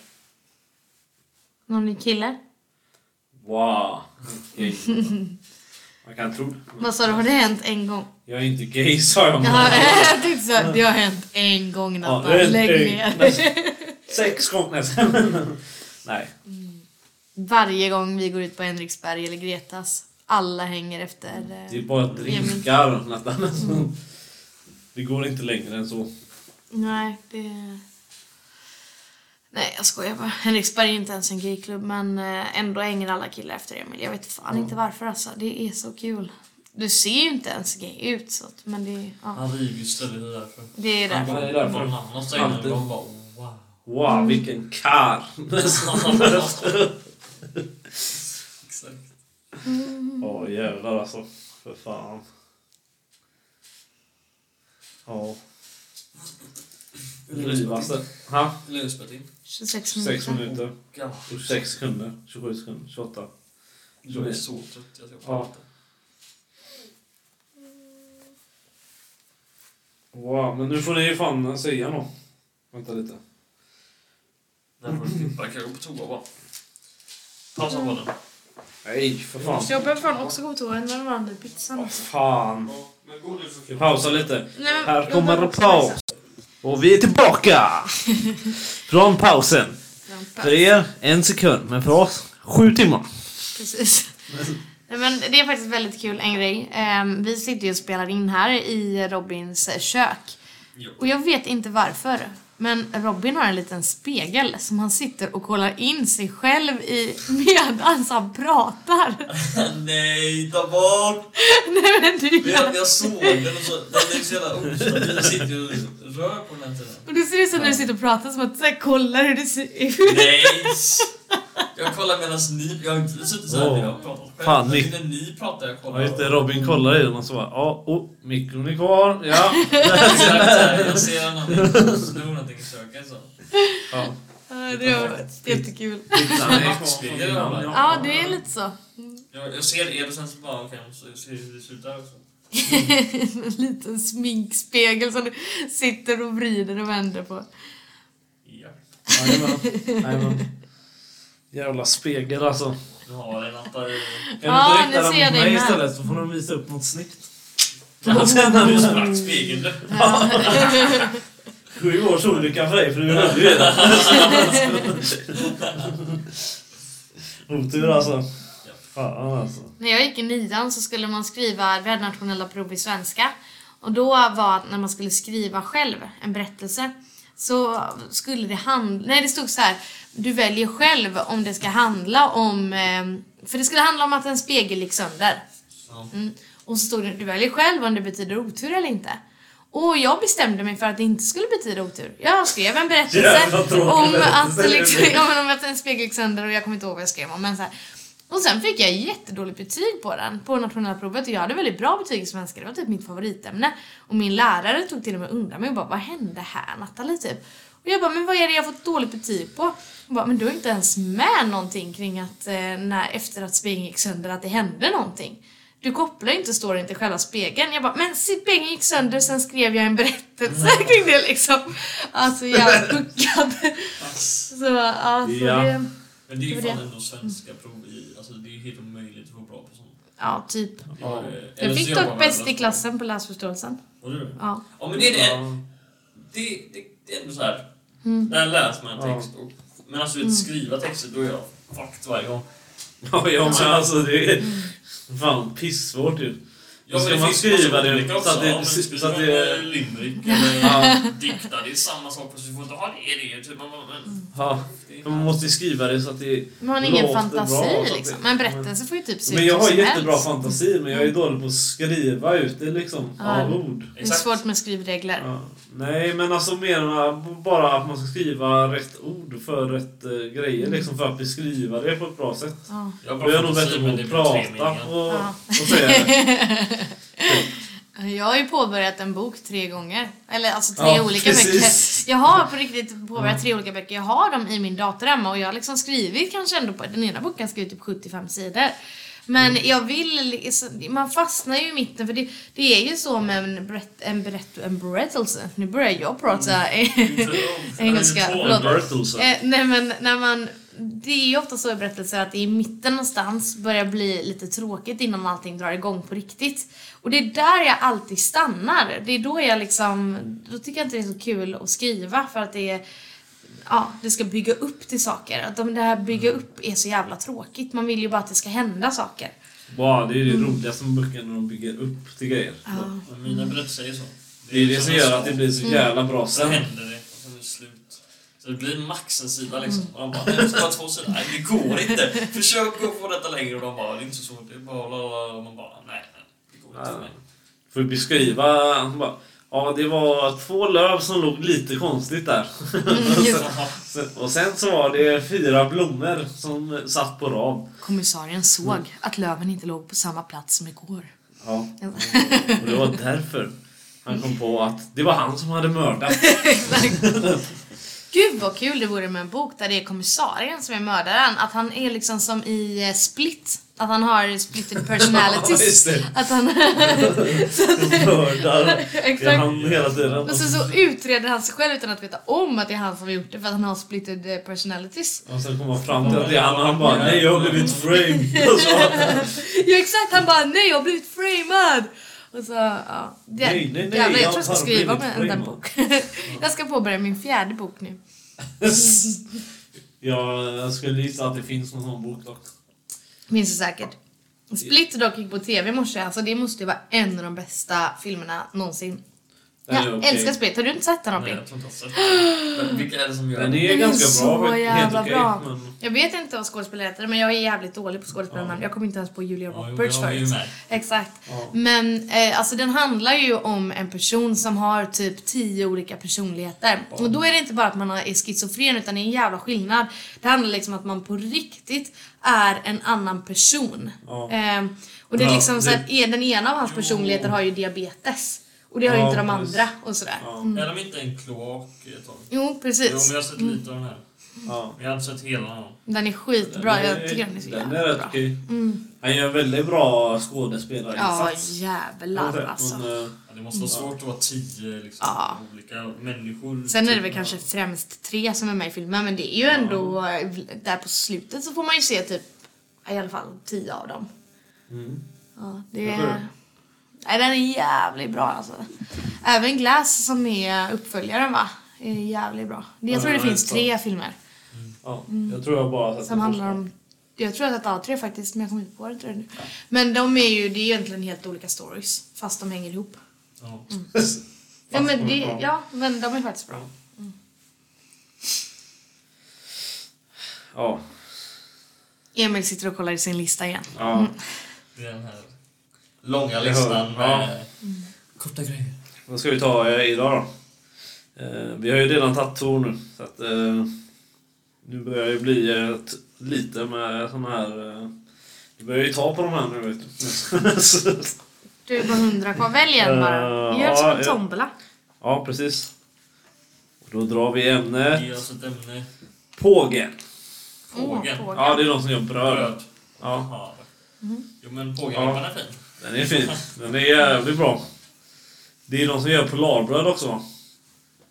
S2: Någon ny kille?
S3: Wow. Gay. Man kan tro det.
S2: Vad sa du, har det hänt en gång?
S3: Jag är inte gay sa jag.
S2: Jag, har, jag tänkte så här, det har hänt en gång
S3: Ja,
S2: Nathan,
S3: det är en-
S2: lägg
S3: det är-
S2: ner.
S3: Sex gånger. Nej.
S2: Varje gång vi går ut på Henriksberg eller Gretas, alla hänger efter. eh,
S3: Det är bara drinkar nästan.
S2: Mm.
S3: Det går inte längre än så.
S2: Nej, det... Nej, jag skojar bara. Henriksberg är inte ens en gayklubb, men eh, ändå hänger alla killar efter Emil. Jag vet fan inte varför alltså. Det är så kul. Du ser ju inte ens gay ut, så att, men det är... Ja,
S1: Han river ju stället, det är därför.
S2: det är
S1: Han
S2: därför.
S1: bara,
S3: Det är
S1: det
S3: därför.
S1: någon annan säger det
S3: Alltid.
S1: och man bara wow.
S3: Wow, vilken karl!
S1: Exakt.
S3: Åh jävlar alltså. För fan. Ja. Rivaste. Ha?
S1: Hur länge har du spelat in?
S2: 26
S3: 6
S2: minuter.
S3: minuter.
S1: Ja.
S3: 26 sekunder. 27 sekunder. 28.
S1: Jag är så trött. Jag ska
S3: Ja.
S1: prata.
S3: Wow, men nu får ni ju fan säga något. Vänta lite.
S1: När får du klippa? Kan jag gå på toa bara? Pausa på den.
S3: Nej, för fan.
S2: Så jag behöver fan också gå på toa, ändra den andra pizzan.
S3: Vad fan. Vi pausar lite.
S2: Nej, men-
S3: Här
S2: jag
S3: kommer
S2: behöver
S3: en
S2: också
S3: paus.
S2: bajsa.
S3: Och vi är tillbaka! Från pausen. För er, en sekund. Men för oss, sju timmar.
S2: Precis. Nej, Men det är faktiskt väldigt kul, en grej. Ehm, vi sitter ju och spelar in här i Robins eh, kök.
S1: Ja.
S2: Och jag vet inte varför. Men Robin har en liten spegel som han sitter och kollar in sig själv i medan han pratar.
S1: Nej, ta bort!
S2: Nej men det är
S1: Jag, jag såg den och så... Den är så jävla ostabil. Jag sitter ju och rör på den här tiden.
S2: Och det ser ut som när du sitter och pratar som att så här, kollar hur det ser ut.
S1: Nej! Jag kollar medan ni... Jag har inte suttit såhär när jag har pratat själv.
S3: Fan,
S1: men
S3: ni-
S1: När ni pratar, jag kollar.
S3: Ja just det, Robin kollar i den och så bara ja, oh, mikron är kvar, ja.
S1: Exakt såhär. Jag ser någonting. Snor någonting i köket så.
S3: ja.
S2: Ja, Det var jättekul.
S3: Pizzan är
S1: Maxspegel, eller?
S2: Ja, det är lite så.
S1: Jag, jag ser er och sen så bara okej, så ser jag hur det slutar. och så.
S2: En liten sminkspegel som du sitter och vrider och vänder på.
S1: Ja.
S3: Jajamän, jajamän. Jävla spegel alltså.
S1: Du har en atta i...
S3: Kan
S2: Ja,
S3: du
S2: nu
S3: inte rikta
S2: ser jag
S3: den
S2: dig
S3: mot mig
S2: med.
S3: istället så får de visa upp något snyggt.
S1: Du sprack spegeln du.
S3: Sju års olycka för dig för du hörde ju redan. Otur alltså. Fan alltså.
S2: När jag gick i nian så skulle man skriva, vi hade nationella prov i svenska. Och då var att när man skulle skriva själv en berättelse så skulle det handla, nej det stod så här, du väljer själv om det ska handla om, eh, för det skulle handla om att en spegel gick sönder.
S1: Ja.
S2: Mm. Och så stod det, du väljer själv om det betyder otur eller inte. Och jag bestämde mig för att det inte skulle betyda otur. Jag skrev en berättelse
S3: Jävla tråkig
S2: om
S3: berättelse.
S2: att, liksom, ja, men om att en spegel gick sönder och jag kommer inte ihåg vad jag skrev om. Men så här. Och sen fick jag jättedåligt betyg på den, på nationella provet. Och jag hade väldigt bra betyg i svenska, det var typ mitt favoritämne. Och min lärare tog till och med undan mig och bara, vad hände här Nathalie? Typ. Och jag bara, men vad är det jag fått dåligt betyg på? Hon bara, men du är inte ens med någonting kring att eh, när, efter att spegeln gick sönder, att det hände någonting. Du kopplar ju inte storyn till själva spegeln. Jag bara, men spegeln gick sönder, sen skrev jag en berättelse
S3: Mm.
S2: kring det liksom. Alltså jag är puckad. Så, ja, så
S3: Ja.
S2: Det,
S1: Men det är ju
S2: Det var
S1: fan ändå svenska prov i... Alltså det är ju helt omöjligt att få bra på sånt.
S2: ja, typ.
S1: Det var, eh, eller
S2: Jag
S1: så
S2: fick
S1: jobbar
S2: dock
S1: man
S2: bäst i
S1: värdelöst.
S2: klassen på läsförståelsen.
S1: Och du?
S2: Ja.
S1: Ja men det är det.
S3: Ja.
S1: Det, det, det är ändå så här.
S2: Mm.
S1: Där läser man en text. Och, men alltså vet, skriva texter, då är jag fucked varje gång.
S3: Ja, jag
S1: Ja.
S3: men alltså det är fan pissvårt ju.
S1: Ja,
S3: Ska
S1: men det
S3: man
S1: finns
S3: skriva
S1: massa
S3: det
S1: olika
S3: så
S1: också.
S3: att det-
S1: Om man
S3: så
S1: skriver
S3: att det-
S1: en limerick eller
S3: Ja,
S1: dikta, det är samma sak fast vi får inte ha det i det. Typ. Man, bara, men,
S3: ja.
S1: det
S3: Man måste ju skriva det så att det...
S2: Man har ingen
S3: Låter bra, så
S2: fantasi
S3: att det- Mm.
S2: liksom. Men berättelser får ju typ se
S3: Men
S2: ut
S3: jag
S2: hur
S3: har
S2: som
S3: jättebra
S2: helst.
S3: fantasi men jag är dålig på att skriva ut det liksom.
S2: Ja.
S3: Av ord.
S2: Det är svårt med skrivregler.
S3: Ja. Nej men alltså mer bara att man ska skriva rätt ord för rätt eh, grejer liksom för att beskriva det på ett bra sätt.
S2: Ja.
S1: Jag
S3: Då är jag nog
S1: Mm. fantasi,
S3: bättre
S1: men
S3: på
S1: det
S3: att
S1: blir tre
S3: prata
S1: meningar.
S3: och,
S2: Ja.
S3: och säga det.
S2: Jag har ju påbörjat en bok tre gånger. Eller alltså tre
S3: Ja,
S2: olika
S3: precis.
S2: böcker. Jag har på riktigt påbörjat tre olika böcker. Jag har dem i min dator hemma och jag har liksom skrivit kanske ändå på... Den ena boken skrev typ 75 sidor. Men
S3: Mm.
S2: jag vill... liksom- Man fastnar ju i mitten för det, det är ju så med en, berätt, en, berätt, en berättelse. Nu börjar jag prata
S3: Mm.
S2: engelska.
S1: Eller
S2: Förlåt.
S3: Bertels.
S2: Eh, nej men när man, det är ju ofta så i berättelser att det i mitten någonstans börjar bli lite tråkigt innan allting drar igång på riktigt. Och det är där jag alltid stannar. Det är då jag liksom, då tycker jag inte det är så kul att skriva för att det är Ja, det ska bygga upp till saker. Att de- det här bygga upp är så jävla tråkigt. Man vill ju bara att det ska hända saker.
S3: Wow, det är
S1: Mm.
S3: ju det roligaste med böcker när de bygger upp till grejer.
S1: Men Mina berättelser är ju så.
S3: Det är det som gör att det blir
S1: Mm.
S3: så jävla bra
S1: Sen
S3: sen.
S1: händer det, och sen är det slut. Så det blir max en sida liksom. Och de bara, "Nej, det ska vara två sidor. Nej, det går inte. Försök att få detta längre. Och de bara, det är inte så svårt. Det är bara bla, bla. Och man bara, nej, nej. Det går inte för mig.
S3: Får beskriva... Han bara, ja, det var två löv som låg lite konstigt där.
S1: Mm,
S3: och, sen, sen- och sen så var det fyra blommor som satt på rad.
S2: Kommissarien såg att löven inte låg på samma plats som igår.
S3: Ja. Och det var därför han kom på att det var han som hade mördat.
S2: Gud vad kul det vore med en bok där det är kommissarien som är mördaren. Att han är liksom som i eh, Split. Att han har splitted
S3: Ja, just
S2: personalities.
S3: det.
S2: att han...
S3: Mördar. Det är
S2: Exakt.
S3: han hela tiden.
S2: Och sen så utreder han sig själv utan att veta om att det är han som har gjort det för att han har splitted eh, personalities.
S3: Och sen kom han fram till att det är han och han bara nej jag har blivit framed. Och så,
S2: Ja exakt, han bara nej jag har blivit framad! Och så, ja. Det,
S3: Nej, nej, nej,
S2: jävlar, jag,
S3: jag
S2: tror jag ska
S3: har
S2: skriva
S3: blivit
S2: med en
S3: framad.
S2: bok. jag ska påbörja min fjärde bok nu.
S3: Ja, jag skulle gissa att det finns någon sån bok dock.
S2: Minns det säkert. Split dock gick på tv i morse, alltså det måste ju vara en av de bästa filmerna någonsin.
S3: Den är
S2: jag
S3: okej.
S2: älskar Split, har du inte sett den
S1: Nej,
S2: Robin?
S1: jag tror inte jag har sett det. Men Vilka är det som gör
S3: Den
S1: det?
S3: är
S2: Den är
S3: ganska
S2: så
S3: bra. faktiskt. Helt
S2: jävla
S3: okej.
S2: bra.
S3: Men...
S2: Jag vet inte vad skådespelare heter men jag är jävligt dålig på skådespelarnamn. Jag kommer inte ens på Julia
S1: Ja, jo,
S2: Roberts
S1: jag är ju
S2: förut.
S1: med.
S2: Exakt.
S3: Ja.
S2: Men eh, alltså den handlar ju om en person som har typ tio olika personligheter. Och då är det inte bara att man är schizofren utan det är en jävla skillnad. Det handlar liksom om att man på riktigt är en annan person.
S3: Ja.
S2: Eh, och det är
S3: Ja,
S2: liksom så
S3: det-
S2: att en- den ena av hans personligheter har ju diabetes. Och det har ju
S3: Ja,
S2: inte de
S3: precis.
S2: andra och sådär. Mm.
S3: Ja.
S1: Är de inte en kloak ett tag?
S2: Jo,
S1: Jo, men
S2: precis.
S1: jag har sett lite av den här.
S3: Ja.
S1: Men jag har inte sett hela den.
S2: Den är skitbra. Jag tycker den är så
S3: Den
S2: jävla
S3: är rätt
S2: bra. Mm.
S3: okej. Han gör en väldigt bra skådespelarinsats.
S2: Ja, jävlar alltså.
S3: Men, eh,
S1: Ja, det måste vara svårt att vara tio liksom,
S2: Mm. Ja.
S1: olika människor.
S2: Sen är det väl
S1: Typ,
S2: kanske främst tre som är med i filmen men det är ju ändå eh, där på slutet så får man ju se typ i alla fall tio av dem.
S3: mm.
S2: Ja, det
S3: Jag tror
S2: är...
S3: det.
S2: Nej, den är jävligt bra alltså. Även Glass som är uppföljaren va? Är jävligt bra. Det- Jag tror
S3: Ja,
S2: det finns
S3: just det.
S2: tre filmer
S3: ja. Jag tror jag bara har sett
S2: Mm. som
S3: den
S2: handlar
S3: första.
S2: om jag tror att alla tre faktiskt, men jag kommer inte på det tror jag nu. Men de är ju, det är ju egentligen helt olika stories, fast de hänger ihop.
S1: Ja.
S2: Mm. Ja men, det,
S3: Mm.
S2: ja, men de är faktiskt bra.
S3: Ja.
S2: Emil sitter och kollar i sin lista igen.
S3: ja.
S1: Det är den här långa
S3: Jag
S1: listan
S3: hör, ja.
S1: med
S3: Mm.
S1: korta grejer.
S3: Vad ska vi ta eh, idag då? Eh, vi har ju redan tagit Tor nu. Så att, eh, nu börjar jag ju bli eh, t- lite med sån här... Eh, du börjar ju ta på de här nu vet du. Så-
S2: Du är på 100 kvar, välj en bara.
S3: Eh,
S2: Gör som
S3: ja,
S2: en
S3: eh.
S2: tombola.
S3: ja, precis. Och då drar vi
S1: Ge
S3: ämnet
S1: oss ett ämne.
S3: pågen.
S1: Pågen.
S2: Åh,
S3: Ja, det är de som gör bröd.
S1: Bröd.
S3: Ja,
S1: Jaha.
S2: Mm.
S1: Jo men pågen
S3: Ja.
S1: ja. är fin.
S3: den är fin. Den är jävligt bra. Det är de som gör polarbröd också va?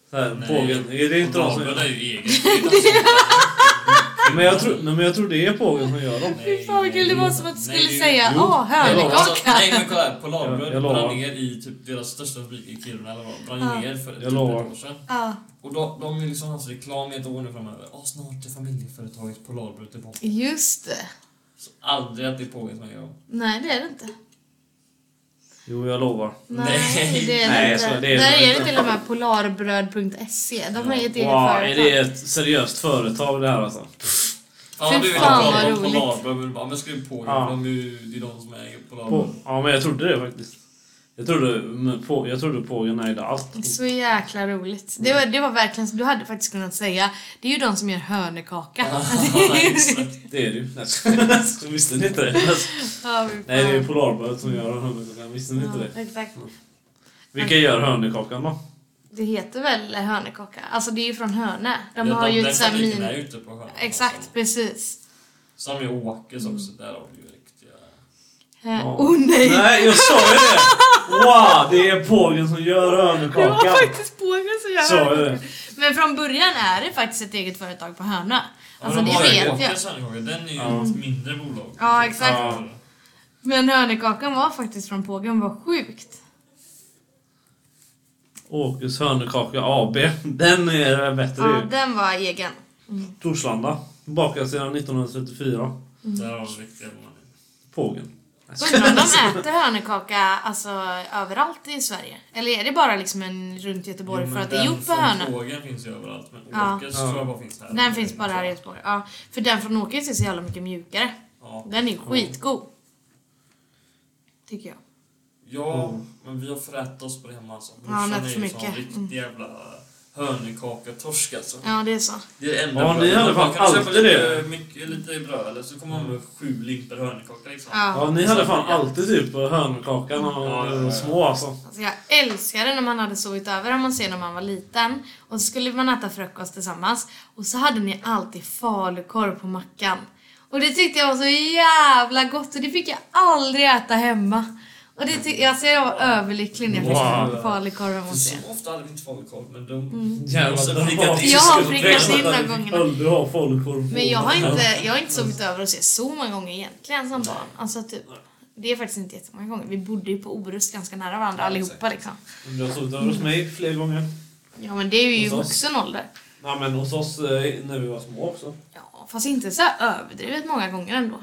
S3: Så här,
S1: Nej.
S3: pågen. Är det inte de som...
S1: Naveln är ju egen. Det är de som-
S3: Men jag, tror, nej, men jag tror det är pågen som gör dem.
S2: Fy fan Gud, det var som att du skulle
S1: Nej,
S2: säga
S3: jo.
S2: åh,
S1: Nej, alltså,
S2: hönökaka.
S1: Nej men kolla här,
S3: Jag-
S1: Polarbröd
S3: jag lovar.
S1: brann ner i typ deras största fabrik i Kiruna eller vad, brann
S2: Ja.
S1: ner för typ ett
S3: Jag lovar.
S1: år sedan.
S2: Ja.
S1: Och då, de vill liksom ha alltså reklam i ett år nu framöver. Åh, snart är familjeföretaget Polarbröd tillbaka.
S2: Just det.
S1: Så aldrig att det påminner mig om.
S2: Nej, det är det inte.
S3: Jo, jag lovar.
S2: Nej, det är det
S3: Nej,
S2: inte.
S3: så det är det
S2: Där är
S3: inte.
S2: det till och med polarbröd.se. E. De har ju ett eget
S3: Wow, är det
S2: företag.
S3: ett seriöst företag det här alltså?
S1: Ja,
S2: Fy
S1: du vet
S2: fan,
S1: att
S2: vad
S1: de
S2: roligt.
S1: Polarbröd vill bara, men ska ju på
S3: Ja.
S1: de är ju, det är de som äger
S3: På,
S1: Polarbröd.
S3: ja, men jag trodde det faktiskt. Jag trodde, men på, jag trodde pågen ägde allt.
S2: Så jäkla roligt. Det var, det var verkligen så. Du hade faktiskt kunnat säga. Det är ju de som gör hönekaka.
S1: Ja, exakt.
S3: Det är det ju. Nej, jag skojar. Visste ni inte det?
S2: Ja, fy fan.
S3: Nej, det är Polarbröd som gör hönekakan. Visste ni inte det?
S2: Ja, exakt.
S3: Vilka gör hönekakan då?
S2: Det heter väl hönekaka? Alltså det är ju från hönor. De
S1: Ja,
S2: har ju
S1: den
S2: ett sånt här
S1: fabriken är
S2: min...
S1: ute på sjön.
S2: Exakt, Mm. precis.
S1: Sen har vi Åkes också, där har vi ju riktiga...
S2: Hö-
S3: Ja.
S2: Oh nej!
S3: Nej, jag sa ju det! Wow, det är pågen som gör
S2: Det var
S3: hönekakan.
S2: faktiskt pågen som gör
S3: Sa jag
S2: hönekaka.
S3: det?
S2: Men från början är det faktiskt ett eget företag på Hönö. Alltså
S1: ja, de
S2: det
S1: har ju
S2: vet jag.
S1: Åkes hönökaka, den är ju
S3: Ja.
S1: ett mindre bolag.
S2: Ja, exakt.
S3: Ja.
S2: Men hönekakan var faktiskt från pågen, vad sjukt.
S3: Åkes hönekaka AB. Den är bättre
S2: Ja,
S3: ju.
S2: den var egen.
S3: Torslanda. Bakas sedan 1934.
S1: Där
S2: Mm.
S1: har de riktiga bolag.
S3: Pågen.
S2: Undrar om de äter hönekaka alltså, överallt i Sverige? Eller är det bara liksom en runt Göteborg
S1: Jo,
S2: för
S1: men
S2: att det är gjort på
S1: Den från
S2: hönor?
S1: Pågen finns ju överallt, men
S2: Ja.
S1: Åkes
S3: Ja.
S1: tror jag bara finns här.
S2: Den finns bara här i Göteborg. Ja, för den från Åkers är så jävla mycket mjukare.
S1: Ja.
S2: Den är skitgod. Tycker jag.
S1: Ja,
S3: Mm.
S1: men vi har förrätt oss på det hemma alltså.
S2: Ja,
S1: Morsan
S2: men
S1: är
S2: för
S1: ju sån
S2: mycket. Mm.
S1: riktig jävla hönekaka-torsk alltså.
S2: Ja, det är så.
S1: Det är det enda
S3: Ja,
S1: brödet.
S3: ni hade
S1: Man
S3: fan
S1: kan köpa
S3: alltid
S1: lite, mycket, lite bröd eller så kommer man med sju limper hönekaka liksom.
S3: Ja,
S2: Ja.
S3: ni hade fan alltid typ hönekakan och
S1: Ja, ja, ja.
S3: små alltså.
S2: Alltså jag älskade när man hade sovit över om man ser när man var liten. Och så skulle man äta frukost tillsammans. Och så hade ni alltid falukorv på mackan. Och det tyckte jag var så jävla gott och det fick jag aldrig äta hemma. Och det tyckte jag, alltså jag var överlycklig när jag fick
S3: Wow.
S2: falukorv hemma hos
S1: Så
S2: er.
S1: ofta hade vi inte falukorv, men de...
S3: Jävla
S1: Och så
S3: dramatiskt.
S1: frikadell-
S2: Mm. Jag har
S1: skulle-
S2: frikadell- Kanske innan gångerna.
S3: Aldrig ha falukorv på.
S2: Men jag har inte, jag har inte sovit över hos er så många gånger egentligen som barn. Alltså typ, det är faktiskt inte jättemånga gånger. Vi bodde ju på Orust ganska nära varandra allihopa liksom.
S3: Du har sovit över hos mig fler gånger.
S2: Ja men det är ju i
S3: Hos oss.
S2: vuxen ålder.
S3: Ja men hos oss eh, när vi var små också.
S2: Ja, fast inte så här överdrivet många gånger ändå.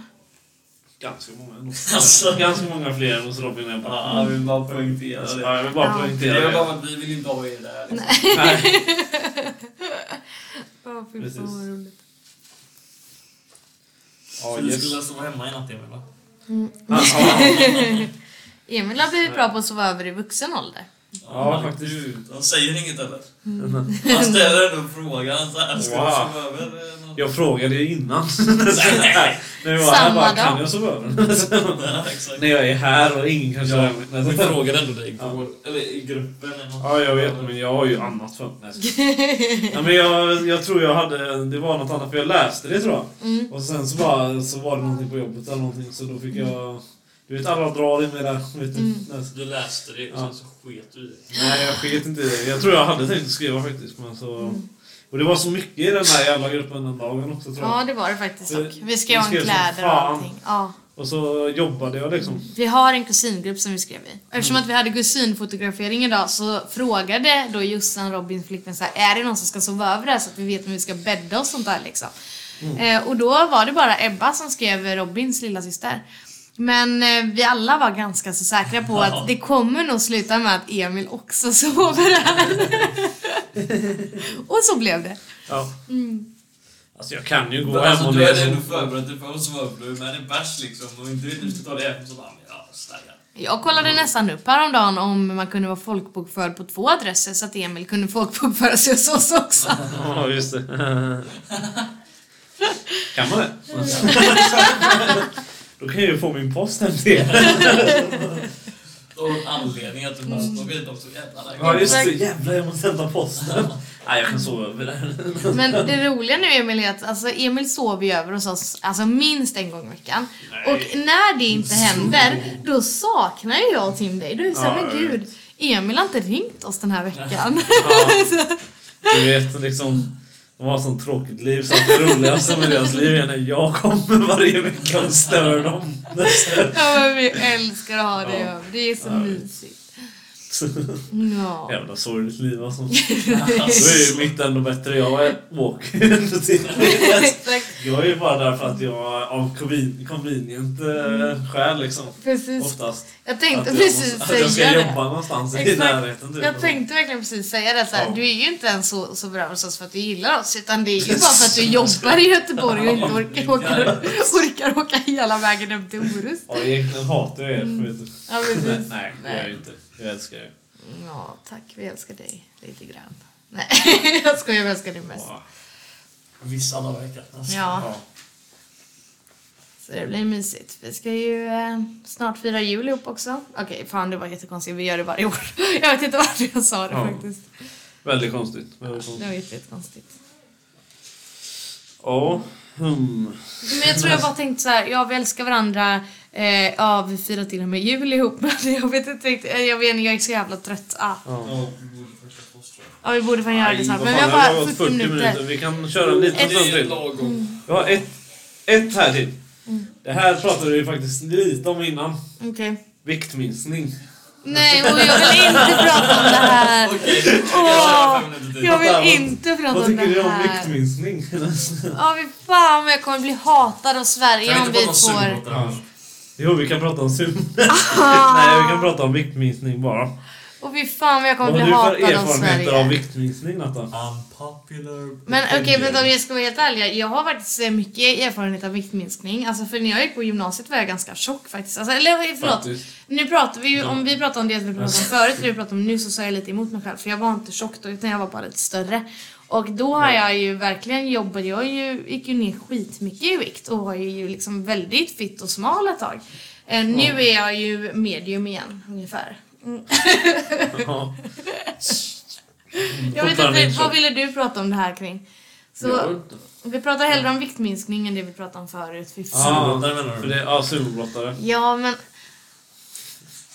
S3: Ganska många ändå.
S1: Alltså.
S3: Ganska många fler än hos Robin och jag.
S1: Ja, jag vill bara poängtera det.
S3: Ja, jag vill bara
S2: Ja.
S1: Det
S3: poängtera
S1: är
S3: det.
S1: bara att vi vill inte ha er där liksom.
S3: Nej.
S2: Ja, fy fan,
S3: Precis.
S2: vad roligt.
S3: Ja,
S1: Så vi
S3: yes.
S1: skulle alltså vara hemma i natt Emil va?
S3: Ja, ja.
S2: Emil har blivit bra på att sova över i vuxen ålder.
S3: Ja,
S1: men
S3: faktiskt.
S1: gud, Han säger inget heller.
S2: Mm.
S1: Han ställer ändå frågan såhär, ska
S3: Wow.
S1: du sova över? eh, någon-
S3: Jag frågade ju innan. Nej, när jag var här
S2: Samma
S3: bara,
S2: dag.
S3: kan jag sova över?
S1: Ja, exakt.
S3: när jag är här och ingen kan köra
S1: Ja,
S3: över.
S1: Vi frågade ändå dig
S3: Ja.
S1: igår, eller i gruppen eller något.
S3: Ja, jag vet, men jag har ju annat för mig. Nej, men jag, jag tror jag hade, det var något annat, för jag läste det tror jag.
S2: Mm.
S3: Och sen så, bara, så var det någonting på jobbet eller någonting, så då fick jag... Du vet, alla drar i mig där. Vet
S2: Mm.
S1: Du
S3: du,
S1: läste det och
S3: Ja.
S1: sen så sket du i det.
S3: Nej, jag sket inte i det. Jag tror jag hade tänkt skriva faktiskt, men så...
S2: Mm.
S3: Och det var så mycket i den här jävla gruppen den dagen också tror jag.
S2: Ja, det var det faktiskt
S3: Vi-
S2: dock. Vi
S3: vi
S2: skrev om
S3: skrev som
S2: kläder och
S3: fan.
S2: allting. Ja.
S3: Och så jobbade jag liksom.
S2: Vi har en kusingrupp som vi skrev i. Eftersom att vi hade kusinfotografering idag så frågade då Jossan, Robins flickvän, så här, är det någon som ska sova över där så att vi vet när vi ska bädda och sånt där liksom. Eh, och då var det bara Ebba som skrev Robins lilla syster. Men eh, vi alla var ganska så säkra på att det kommer nog sluta med att Emil också sover här. och så blev det.
S3: Ja.
S2: Mm.
S3: Alltså jag kan ju gå
S1: Men
S3: hem
S1: alltså,
S3: och
S1: du hade
S3: läsa.
S1: ändå förberett dig för att sova upp, du är med dig bärs liksom och inte vet hur du ska ta dig hem så bara, men ja, staggar.
S2: Jag kollade nästan upp häromdagen om man kunde vara folkbokförd på två adresser så att Emil kunde folkbokföra sig hos oss också.
S3: Ja, just det. kan man det? Då kan jag ju få min post hem till er.
S1: Då har de anledning att du
S2: Mm.
S1: måste åka dit också, jävla länge.
S3: Ja, just det. Jävlar, jag måste hämta posten. Nej, jag kan sova över där.
S2: Men det roliga nu Emil är att alltså, Emil sover ju över hos oss alltså, minst en gång i veckan. Och när det inte händer, då saknar ju jag Tim dig. Då är det såhär,
S3: Mm. Ja,
S2: men
S3: jag vet.
S2: gud, Emil har inte ringt oss den här veckan.
S3: Du vet, liksom... De har ett sånt tråkigt liv så att det roligaste med deras liv är när jag kommer varje vecka och stör dem.
S2: ja, men vi älskar att ha dig
S3: Ja.
S2: över. Det är så
S3: Ja, jag vet.
S2: mysigt. Ja.
S3: Jävla sorgligt liv alltså. Då är ju mitt ändå bättre. Jag är walk.
S2: Exakt.
S3: Jag är ju bara där för att jag av conven- convenient eh, skäl liksom.
S2: Precis.
S3: Oftast.
S2: Mm. Jag
S3: Att
S2: tänkte
S3: jag,
S2: precis
S3: måste, att jag
S2: säga
S3: ska
S2: det.
S3: jobba någonstans i
S2: Exakt.
S3: närheten. Typ.
S2: Jag tänkte verkligen precis säga det. Så här,
S3: Ja.
S2: Du är ju inte ens så, så bra hos oss för att du gillar oss utan det är ju bara för att du jobbar i Göteborg och inte orkar, orkar, orkar åka hela vägen upp till Orust.
S3: Ja, egentligen hatar jag er. för vet du.
S2: Mm. Ja,
S3: Nej,
S2: precis.
S3: nej, det gör jag inte. Jag älskar er.
S2: Ja, tack. Vi älskar dig lite grann. Nej, jag skojar. Vi älskar dig mest.
S3: Ja.
S4: Vissa dagar i veckan. Alltså.
S2: Ja,
S3: Ja.
S2: så det blir mysigt. Vi ska ju eh, snart fira jul ihop också. Okej, fan det var jättekonstigt. Vi gör det varje år. Jag vet inte varför jag sa det
S3: Ja.
S2: faktiskt.
S3: Väldigt konstigt. Väldigt konstigt.
S2: Det var jättekonstigt.
S3: Ja, hmm.
S2: Men jag tror jag bara tänkte så här, ja vi älskar varandra, eh, ja vi firar till och med jul ihop men jag vet inte riktigt, eh, jag vet inte, jag är så jävla trött. Ah.
S3: Ja.
S4: Ja, vi borde först på oss tror jag.
S2: Ja vi borde fan göra det
S3: Aj,
S2: snart
S3: vad
S2: men vi
S3: fan,
S2: har
S3: det
S2: bara
S3: gått
S2: 40 minuter.
S3: Vi kan köra en liten stund
S4: Det är
S3: till.
S2: Mm.
S4: lagom.
S3: Jag har ett, ett här till. Det här pratade vi faktiskt lite om innan.
S2: Okej.
S3: Viktminskning.
S2: Nej och jag vill inte prata om det här.
S4: Okej,
S2: Åh,
S4: fem minuter till.
S2: jag
S3: Vad-
S2: vill inte prata
S3: Vad
S2: om
S3: tycker
S2: det
S3: du om
S2: här.
S3: viktminskning?
S2: Ja vi fan vad jag kommer bli hatad av Sverige om vi får...
S4: sumpbåtar?
S3: jo, vi kan prata om sum. Nej, vi kan prata om viktminskning bara.
S2: Och vi fan vad jag kommer
S3: Vad
S2: bli
S3: har du för
S2: hatad av
S3: erfarenheter av
S2: Sverige.
S3: viktminskning, Natta?
S4: Unpopular
S2: Men okej,
S4: opinion.
S2: men om jag ska vara helt ärlig. Jag har faktiskt eh, mycket erfarenhet av viktminskning. Alltså för när jag gick på gymnasiet var jag ganska tjock faktiskt. Alltså, eller förlåt,
S3: Faktiskt.
S2: nu pratar vi ju,
S3: Mm.
S2: om vi pratar om det vi pratade om
S3: Alltså.
S2: förut, det vi pratade om nu så sa jag lite emot mig själv. För jag var inte tjock då, utan jag var bara lite större. Och då har jag ju verkligen jobbat, jag är ju, gick ju ner skitmycket i vikt och var ju liksom väldigt fit och smal ett tag. Eh, Nu är jag ju medium igen, ungefär.
S3: Ja.
S2: Jag vet
S3: Mm, Fortfarande
S2: inte,
S3: inte
S2: vad
S3: så.
S2: ville du prata om det här kring? Så,
S3: Jag vet inte.
S2: Vi pratar hellre om viktminskning än det vi pratade om förut. Fy fan.
S3: Ja,
S4: Sumbåtar menar
S3: för
S4: du?
S3: det, ja, sumbrottare.
S2: Ja, men...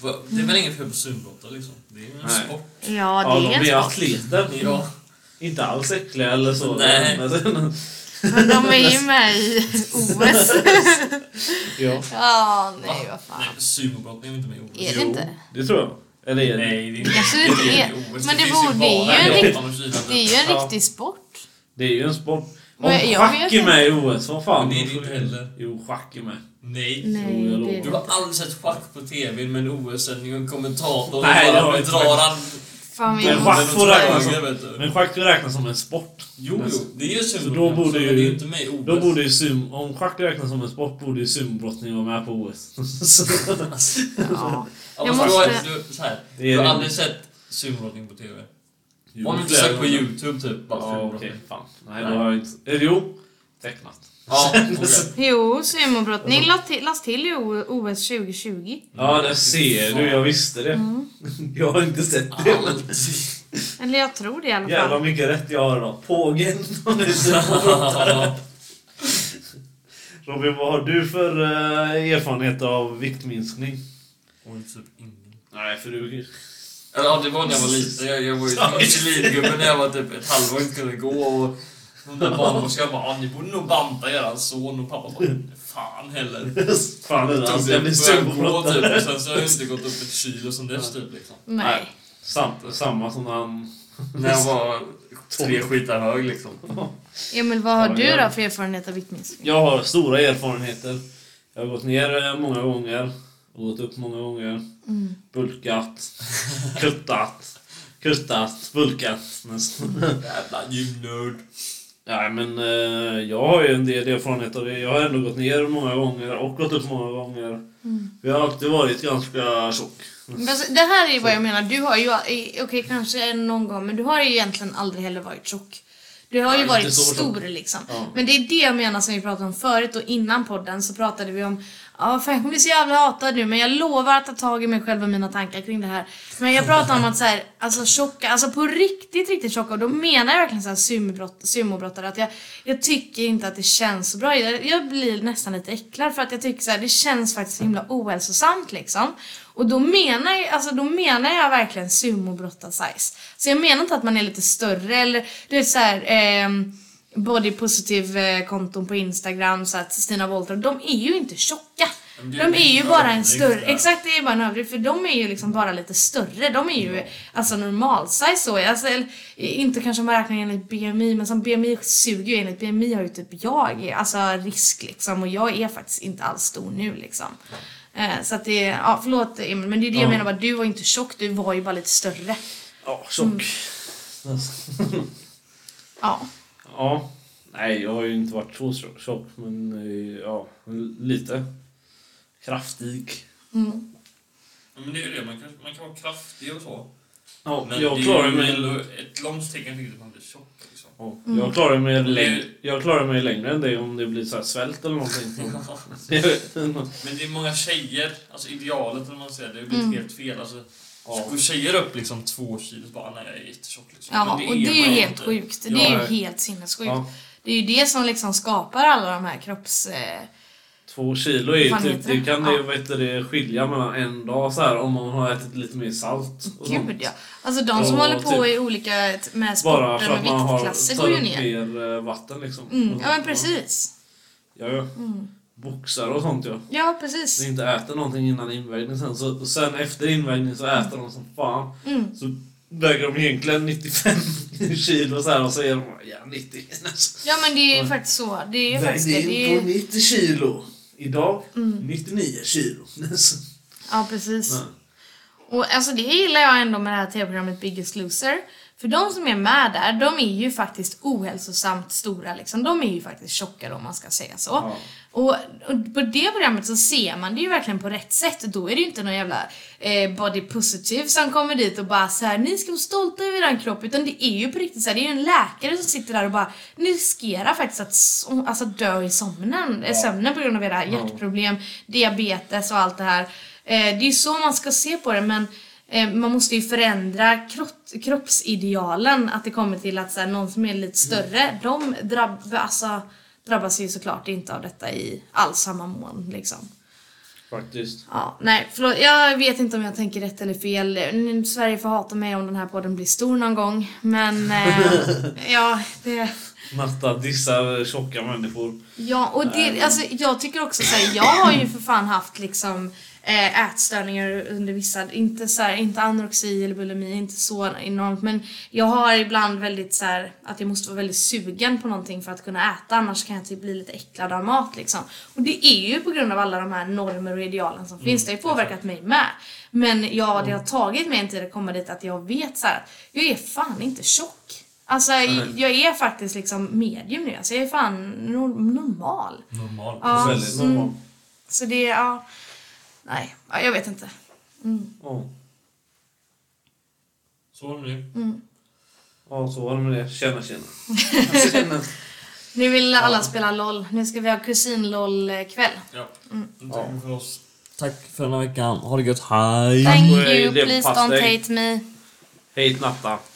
S4: Va, Det är väl inget fel på sumbåtar liksom? Det är ju en
S3: Nej.
S4: sport.
S2: Ja, det
S3: Ja,
S2: är
S3: de
S2: en
S3: blir
S2: sport.
S3: atleter.
S4: Ja.
S3: Inte alls äckliga eller så.
S4: Nej.
S3: Men-
S2: Men de är ju med i OS.
S3: ja.
S2: Ja, nej vad fan.
S4: Nej, sumobrottning är inte med i
S2: Är
S4: OS.
S2: det inte?
S3: Det tror jag. Eller är det?
S4: Nej, det är inte.
S2: Kanske det inte är. Men det borde ju en rikt- Det är ju en
S3: Ja.
S2: riktig sport.
S3: Det är ju en sport. Om
S2: Men jag
S3: schack
S2: vet
S3: är
S2: inte.
S3: med i OS, vad fan?
S4: Men det är det inte heller.
S3: Jo, schack är med.
S4: Nej.
S2: Nej,
S3: jag
S2: det
S3: lovar.
S2: är
S4: Du
S2: det.
S4: har aldrig sett schack på tv men OS-sändningen kommentatorn
S3: Nej, det
S4: bara
S3: har jag inte
S4: drar han
S2: Fan, vi
S3: Men
S2: måste-
S3: schack får räknas
S4: Ja,
S3: som,
S4: vet du.
S3: men schack räknas som en sport.
S4: Jo, jo, det är ju sumbrottning.
S3: då borde
S4: men
S3: ju-
S4: Det är ju inte med i OS.
S3: Då borde ju sum, om schack räknas som en sport borde ju sumbrottning vara med på OS.
S4: Alltså,
S2: Ja.
S4: Ja,
S2: Jag
S4: men du har-
S2: måste-
S4: Du, så här,
S3: Det är
S4: du har
S3: det.
S4: aldrig sett sumbrottning på tv?
S3: Jo,
S4: Om du inte
S3: flera
S4: söker på
S3: gånger.
S4: youtube typ. Bara
S3: Ja, okej.
S4: sumbrottning.
S3: Fan. Nej, då har jag inte... Eller jo. Tecknat.
S4: Ja, okej.
S2: Jo, sumobrottning lades till, lades till i O- OS 2020.
S3: Ja, där ser du. Jag visste det. Jag har inte sett det.
S4: Ja, men-
S2: Eller jag tror det i alla
S3: Jävlar
S2: fall.
S3: mycket rätt jag har idag. Pågen. om det är sumbrottare. Robin, vad har du för eh, erfarenhet av viktminskning?
S4: Oj, typ ingen.
S3: Nej, för du...
S4: Eller ja, det var när jag var liten. Jag, jag var ju cheerleadergubbe när jag var typ ett halvår och inte kunde gå. Och hon där barnmorskan bara "Ah, ni borde nog banta er son och pappa bara fan heller.
S3: Fan, det
S4: Tog
S3: där
S4: det
S3: blir
S4: började gå
S3: sumbrottare.
S4: typ och sen så har jag inte gått upp ett kilo sen dess typ liksom.
S2: Nej.
S3: Sam, samma som han...
S4: När jag var tre skitar hög liksom.
S2: Emil, vad har
S3: Ja,
S2: du då
S3: jag-
S2: för erfarenhet av viktminskning?
S3: Jag har stora erfarenheter. Jag har gått ner eh, många gånger. och Gått upp många gånger. Bulkat. Kuttat. Kuttat. Bulkat. nästan.
S4: Jävla gymnörd.
S3: Nej men eh, jag har ju en del erfarenhet av det. Jag har ändå gått ner många gånger och gått upp många gånger. Jag har alltid varit ganska tjock.
S2: Men Alltså, det här är ju vad jag menar. Du har ju, okej kanske en någon gång, men du har ju egentligen aldrig heller varit tjock. Du har
S3: Ja,
S2: ju
S3: inte
S2: varit
S3: så tjock.
S2: stor liksom.
S3: Ja.
S2: Men det är det jag menar som vi pratade om förut och innan podden så pratade vi om Ja, fan jag kommer bli så jävla hatad nu men jag lovar att ta tag i mig själv och mina tankar kring det här. Men jag pratar om att så här, alltså tjocka, alltså på riktigt riktigt tjocka och då menar jag verkligen så här sumobrott, sumobrottare att jag, jag tycker inte att det känns så bra. Jag, jag blir nästan lite äcklad för att jag tycker så här, det känns faktiskt så himla ohälsosamt liksom. Och då menar jag, alltså då menar jag verkligen sumobrottar-size. Så jag menar inte att man är lite större eller du vet så här, ehm, bodypositive eh, konton på Instagram så att Stina Wollter, de är ju inte tjocka.
S4: Men det
S2: De är ju
S4: en
S2: bara en
S4: överdrift
S2: större,
S4: där.
S2: exakt det är bara en överdrift för de är ju liksom bara lite större. De är ju alltså normal size så. Alltså, eller, inte kanske om man räknar enligt BMI men som BMI suger ju enligt BMI har ju typ jag alltså risk liksom och jag är faktiskt inte alls stor nu liksom. Eh, Så att det, ja förlåt Emil men det är det jag
S3: Ja.
S2: menar bara du var inte tjock, du var ju bara lite större.
S3: Ja, tjock. Alltså,
S2: Ja.
S3: ja. Nej, jag har ju inte varit så tjock- tjock, men eh, ja, lite. Kraftig.
S2: Mm.
S4: Men det är ju det, man kan, man kan vara kraftig och så.
S3: Ja,
S4: Men
S3: jag
S4: det
S3: klarar
S4: är
S3: mig...
S4: ju ett långt tecken till att man blir tjock. Liksom.
S3: Ja,
S2: Mm.
S3: Jag klarar mig,
S4: Det är
S3: läng-
S4: ju-
S3: jag klarar mig längre än det om det blir så här svält eller någonting. Jag vet inte.
S4: Men det är många tjejer, alltså idealet om man säger det, har blivit
S2: Mm.
S4: helt fel. Alltså,
S3: Ja.
S4: Går tjejer upp liksom två kilo så bara nej jag är jättetjock liksom.
S2: Ja,
S4: Men
S2: och det är
S4: man
S2: ju helt
S4: inte.
S2: sjukt. Det
S4: Ja,
S2: är
S3: nej.
S2: ju helt sinnessjukt.
S3: Ja,
S2: Det är ju det som liksom skapar alla de här kropps... Eh,
S3: två kilo är ju
S2: Fan,
S3: typ,
S2: heter det?
S3: det kan det,
S2: Ja.
S3: ju, vad heter det skilja mellan en dag så här om man har ätit lite mer salt. och
S2: Gud
S3: sånt.
S2: ja. Alltså de som
S3: Mm. Ja,
S2: håller på
S3: typ.
S2: i olika t- med
S3: Bara
S2: sporter
S3: för att
S2: och
S3: man har
S2: viktklasser går ju ner.
S3: tagit upp mer eh, vatten liksom.
S2: Mm,
S3: Och
S2: ja men
S3: sånt.
S2: precis.
S3: Ja, ja.
S2: Mm.
S3: Boxar och sånt ja.
S2: Ja
S3: Som
S2: precis.
S3: inte äter någonting innan invägning sen. Så, och sen efter invägning så äter de som fan.
S2: Mm.
S3: Så väger de egentligen 95 kilo så här och så är de ja 90.
S2: Ja men det är ju
S3: Ja.
S2: faktiskt så. Det är ju
S3: Vägde
S2: faktiskt det. det
S3: in på
S2: är,
S3: 90 kilo. Idag
S2: mm.
S3: 99 kilo.
S2: Ja precis.
S3: Nej.
S2: Och alltså det gillar jag ändå med det här tv-programmet Biggest Loser. För de som är med där, de är ju faktiskt ohälsosamt stora liksom. De är ju faktiskt tjockare om man ska säga så.
S3: Ja.
S2: Och, och på det programmet så ser man det ju verkligen på rätt sätt. Då är det ju inte någon jävla eh, body positive som kommer dit och bara så här: ni ska vara stolta över eran kropp. Utan det är ju på riktigt så här, det är ju en läkare som sitter där och bara, ni riskerar faktiskt att so- alltså, dö i somnen, eh, sömnen på grund av era hjärtproblem, diabetes och allt det här. Eh, det är ju så man ska se på det men eh, man måste ju förändra krott- kroppsidealen. Att det kommer till att så här, någon som är lite större, de drabbas, alltså, drabbas ju såklart inte av detta i all samma mån. Liksom.
S3: Faktiskt.
S2: Ja, nej, förlåt. Jag vet inte om jag tänker rätt eller fel. N- Sverige får hata mig om den här podden blir stor någon gång. Men eh, ja, det...
S3: Natta dissar tjocka människor.
S2: Ja, och det, alltså, jag tycker också så här, jag har ju för fan haft liksom eh, ätstörningar under vissa, inte så här, inte anorexi eller bulimi, inte så enormt men jag har ibland väldigt så här, att jag måste vara väldigt sugen på någonting för att kunna äta annars kan jag typ bli lite äcklad av mat liksom. Och det är ju på grund av alla de här normer och idealen som finns, det har ju påverkat mig med. Men ja, det har tagit mig en tid att komma dit att jag vet så här, att jag är fan inte tjock. Alltså jag är faktiskt liksom medium nu, alltså jag är fan no- normal.
S4: Normal.
S2: Ja,
S3: Väldigt
S2: mm.
S3: normalt.
S2: Så det, ja. Nej, ja, jag vet inte. Mm.
S3: Ja.
S4: Så var det nu.
S2: Mm.
S3: ja, så var det med det. Tjena, tjena. tjena.
S2: Nu vill alla spela LOL. Nu ska vi ha eh, kusin-LOL-kväll.
S4: Ja.
S2: Mm.
S3: Ja.
S4: Tack för oss. Tack för den här veckan. Ha det gött. Hej!
S2: Thank
S3: och, eh,
S2: you,
S3: det
S2: please
S3: passar
S2: don't
S3: dig.
S2: hate me.
S3: Hej, Natta.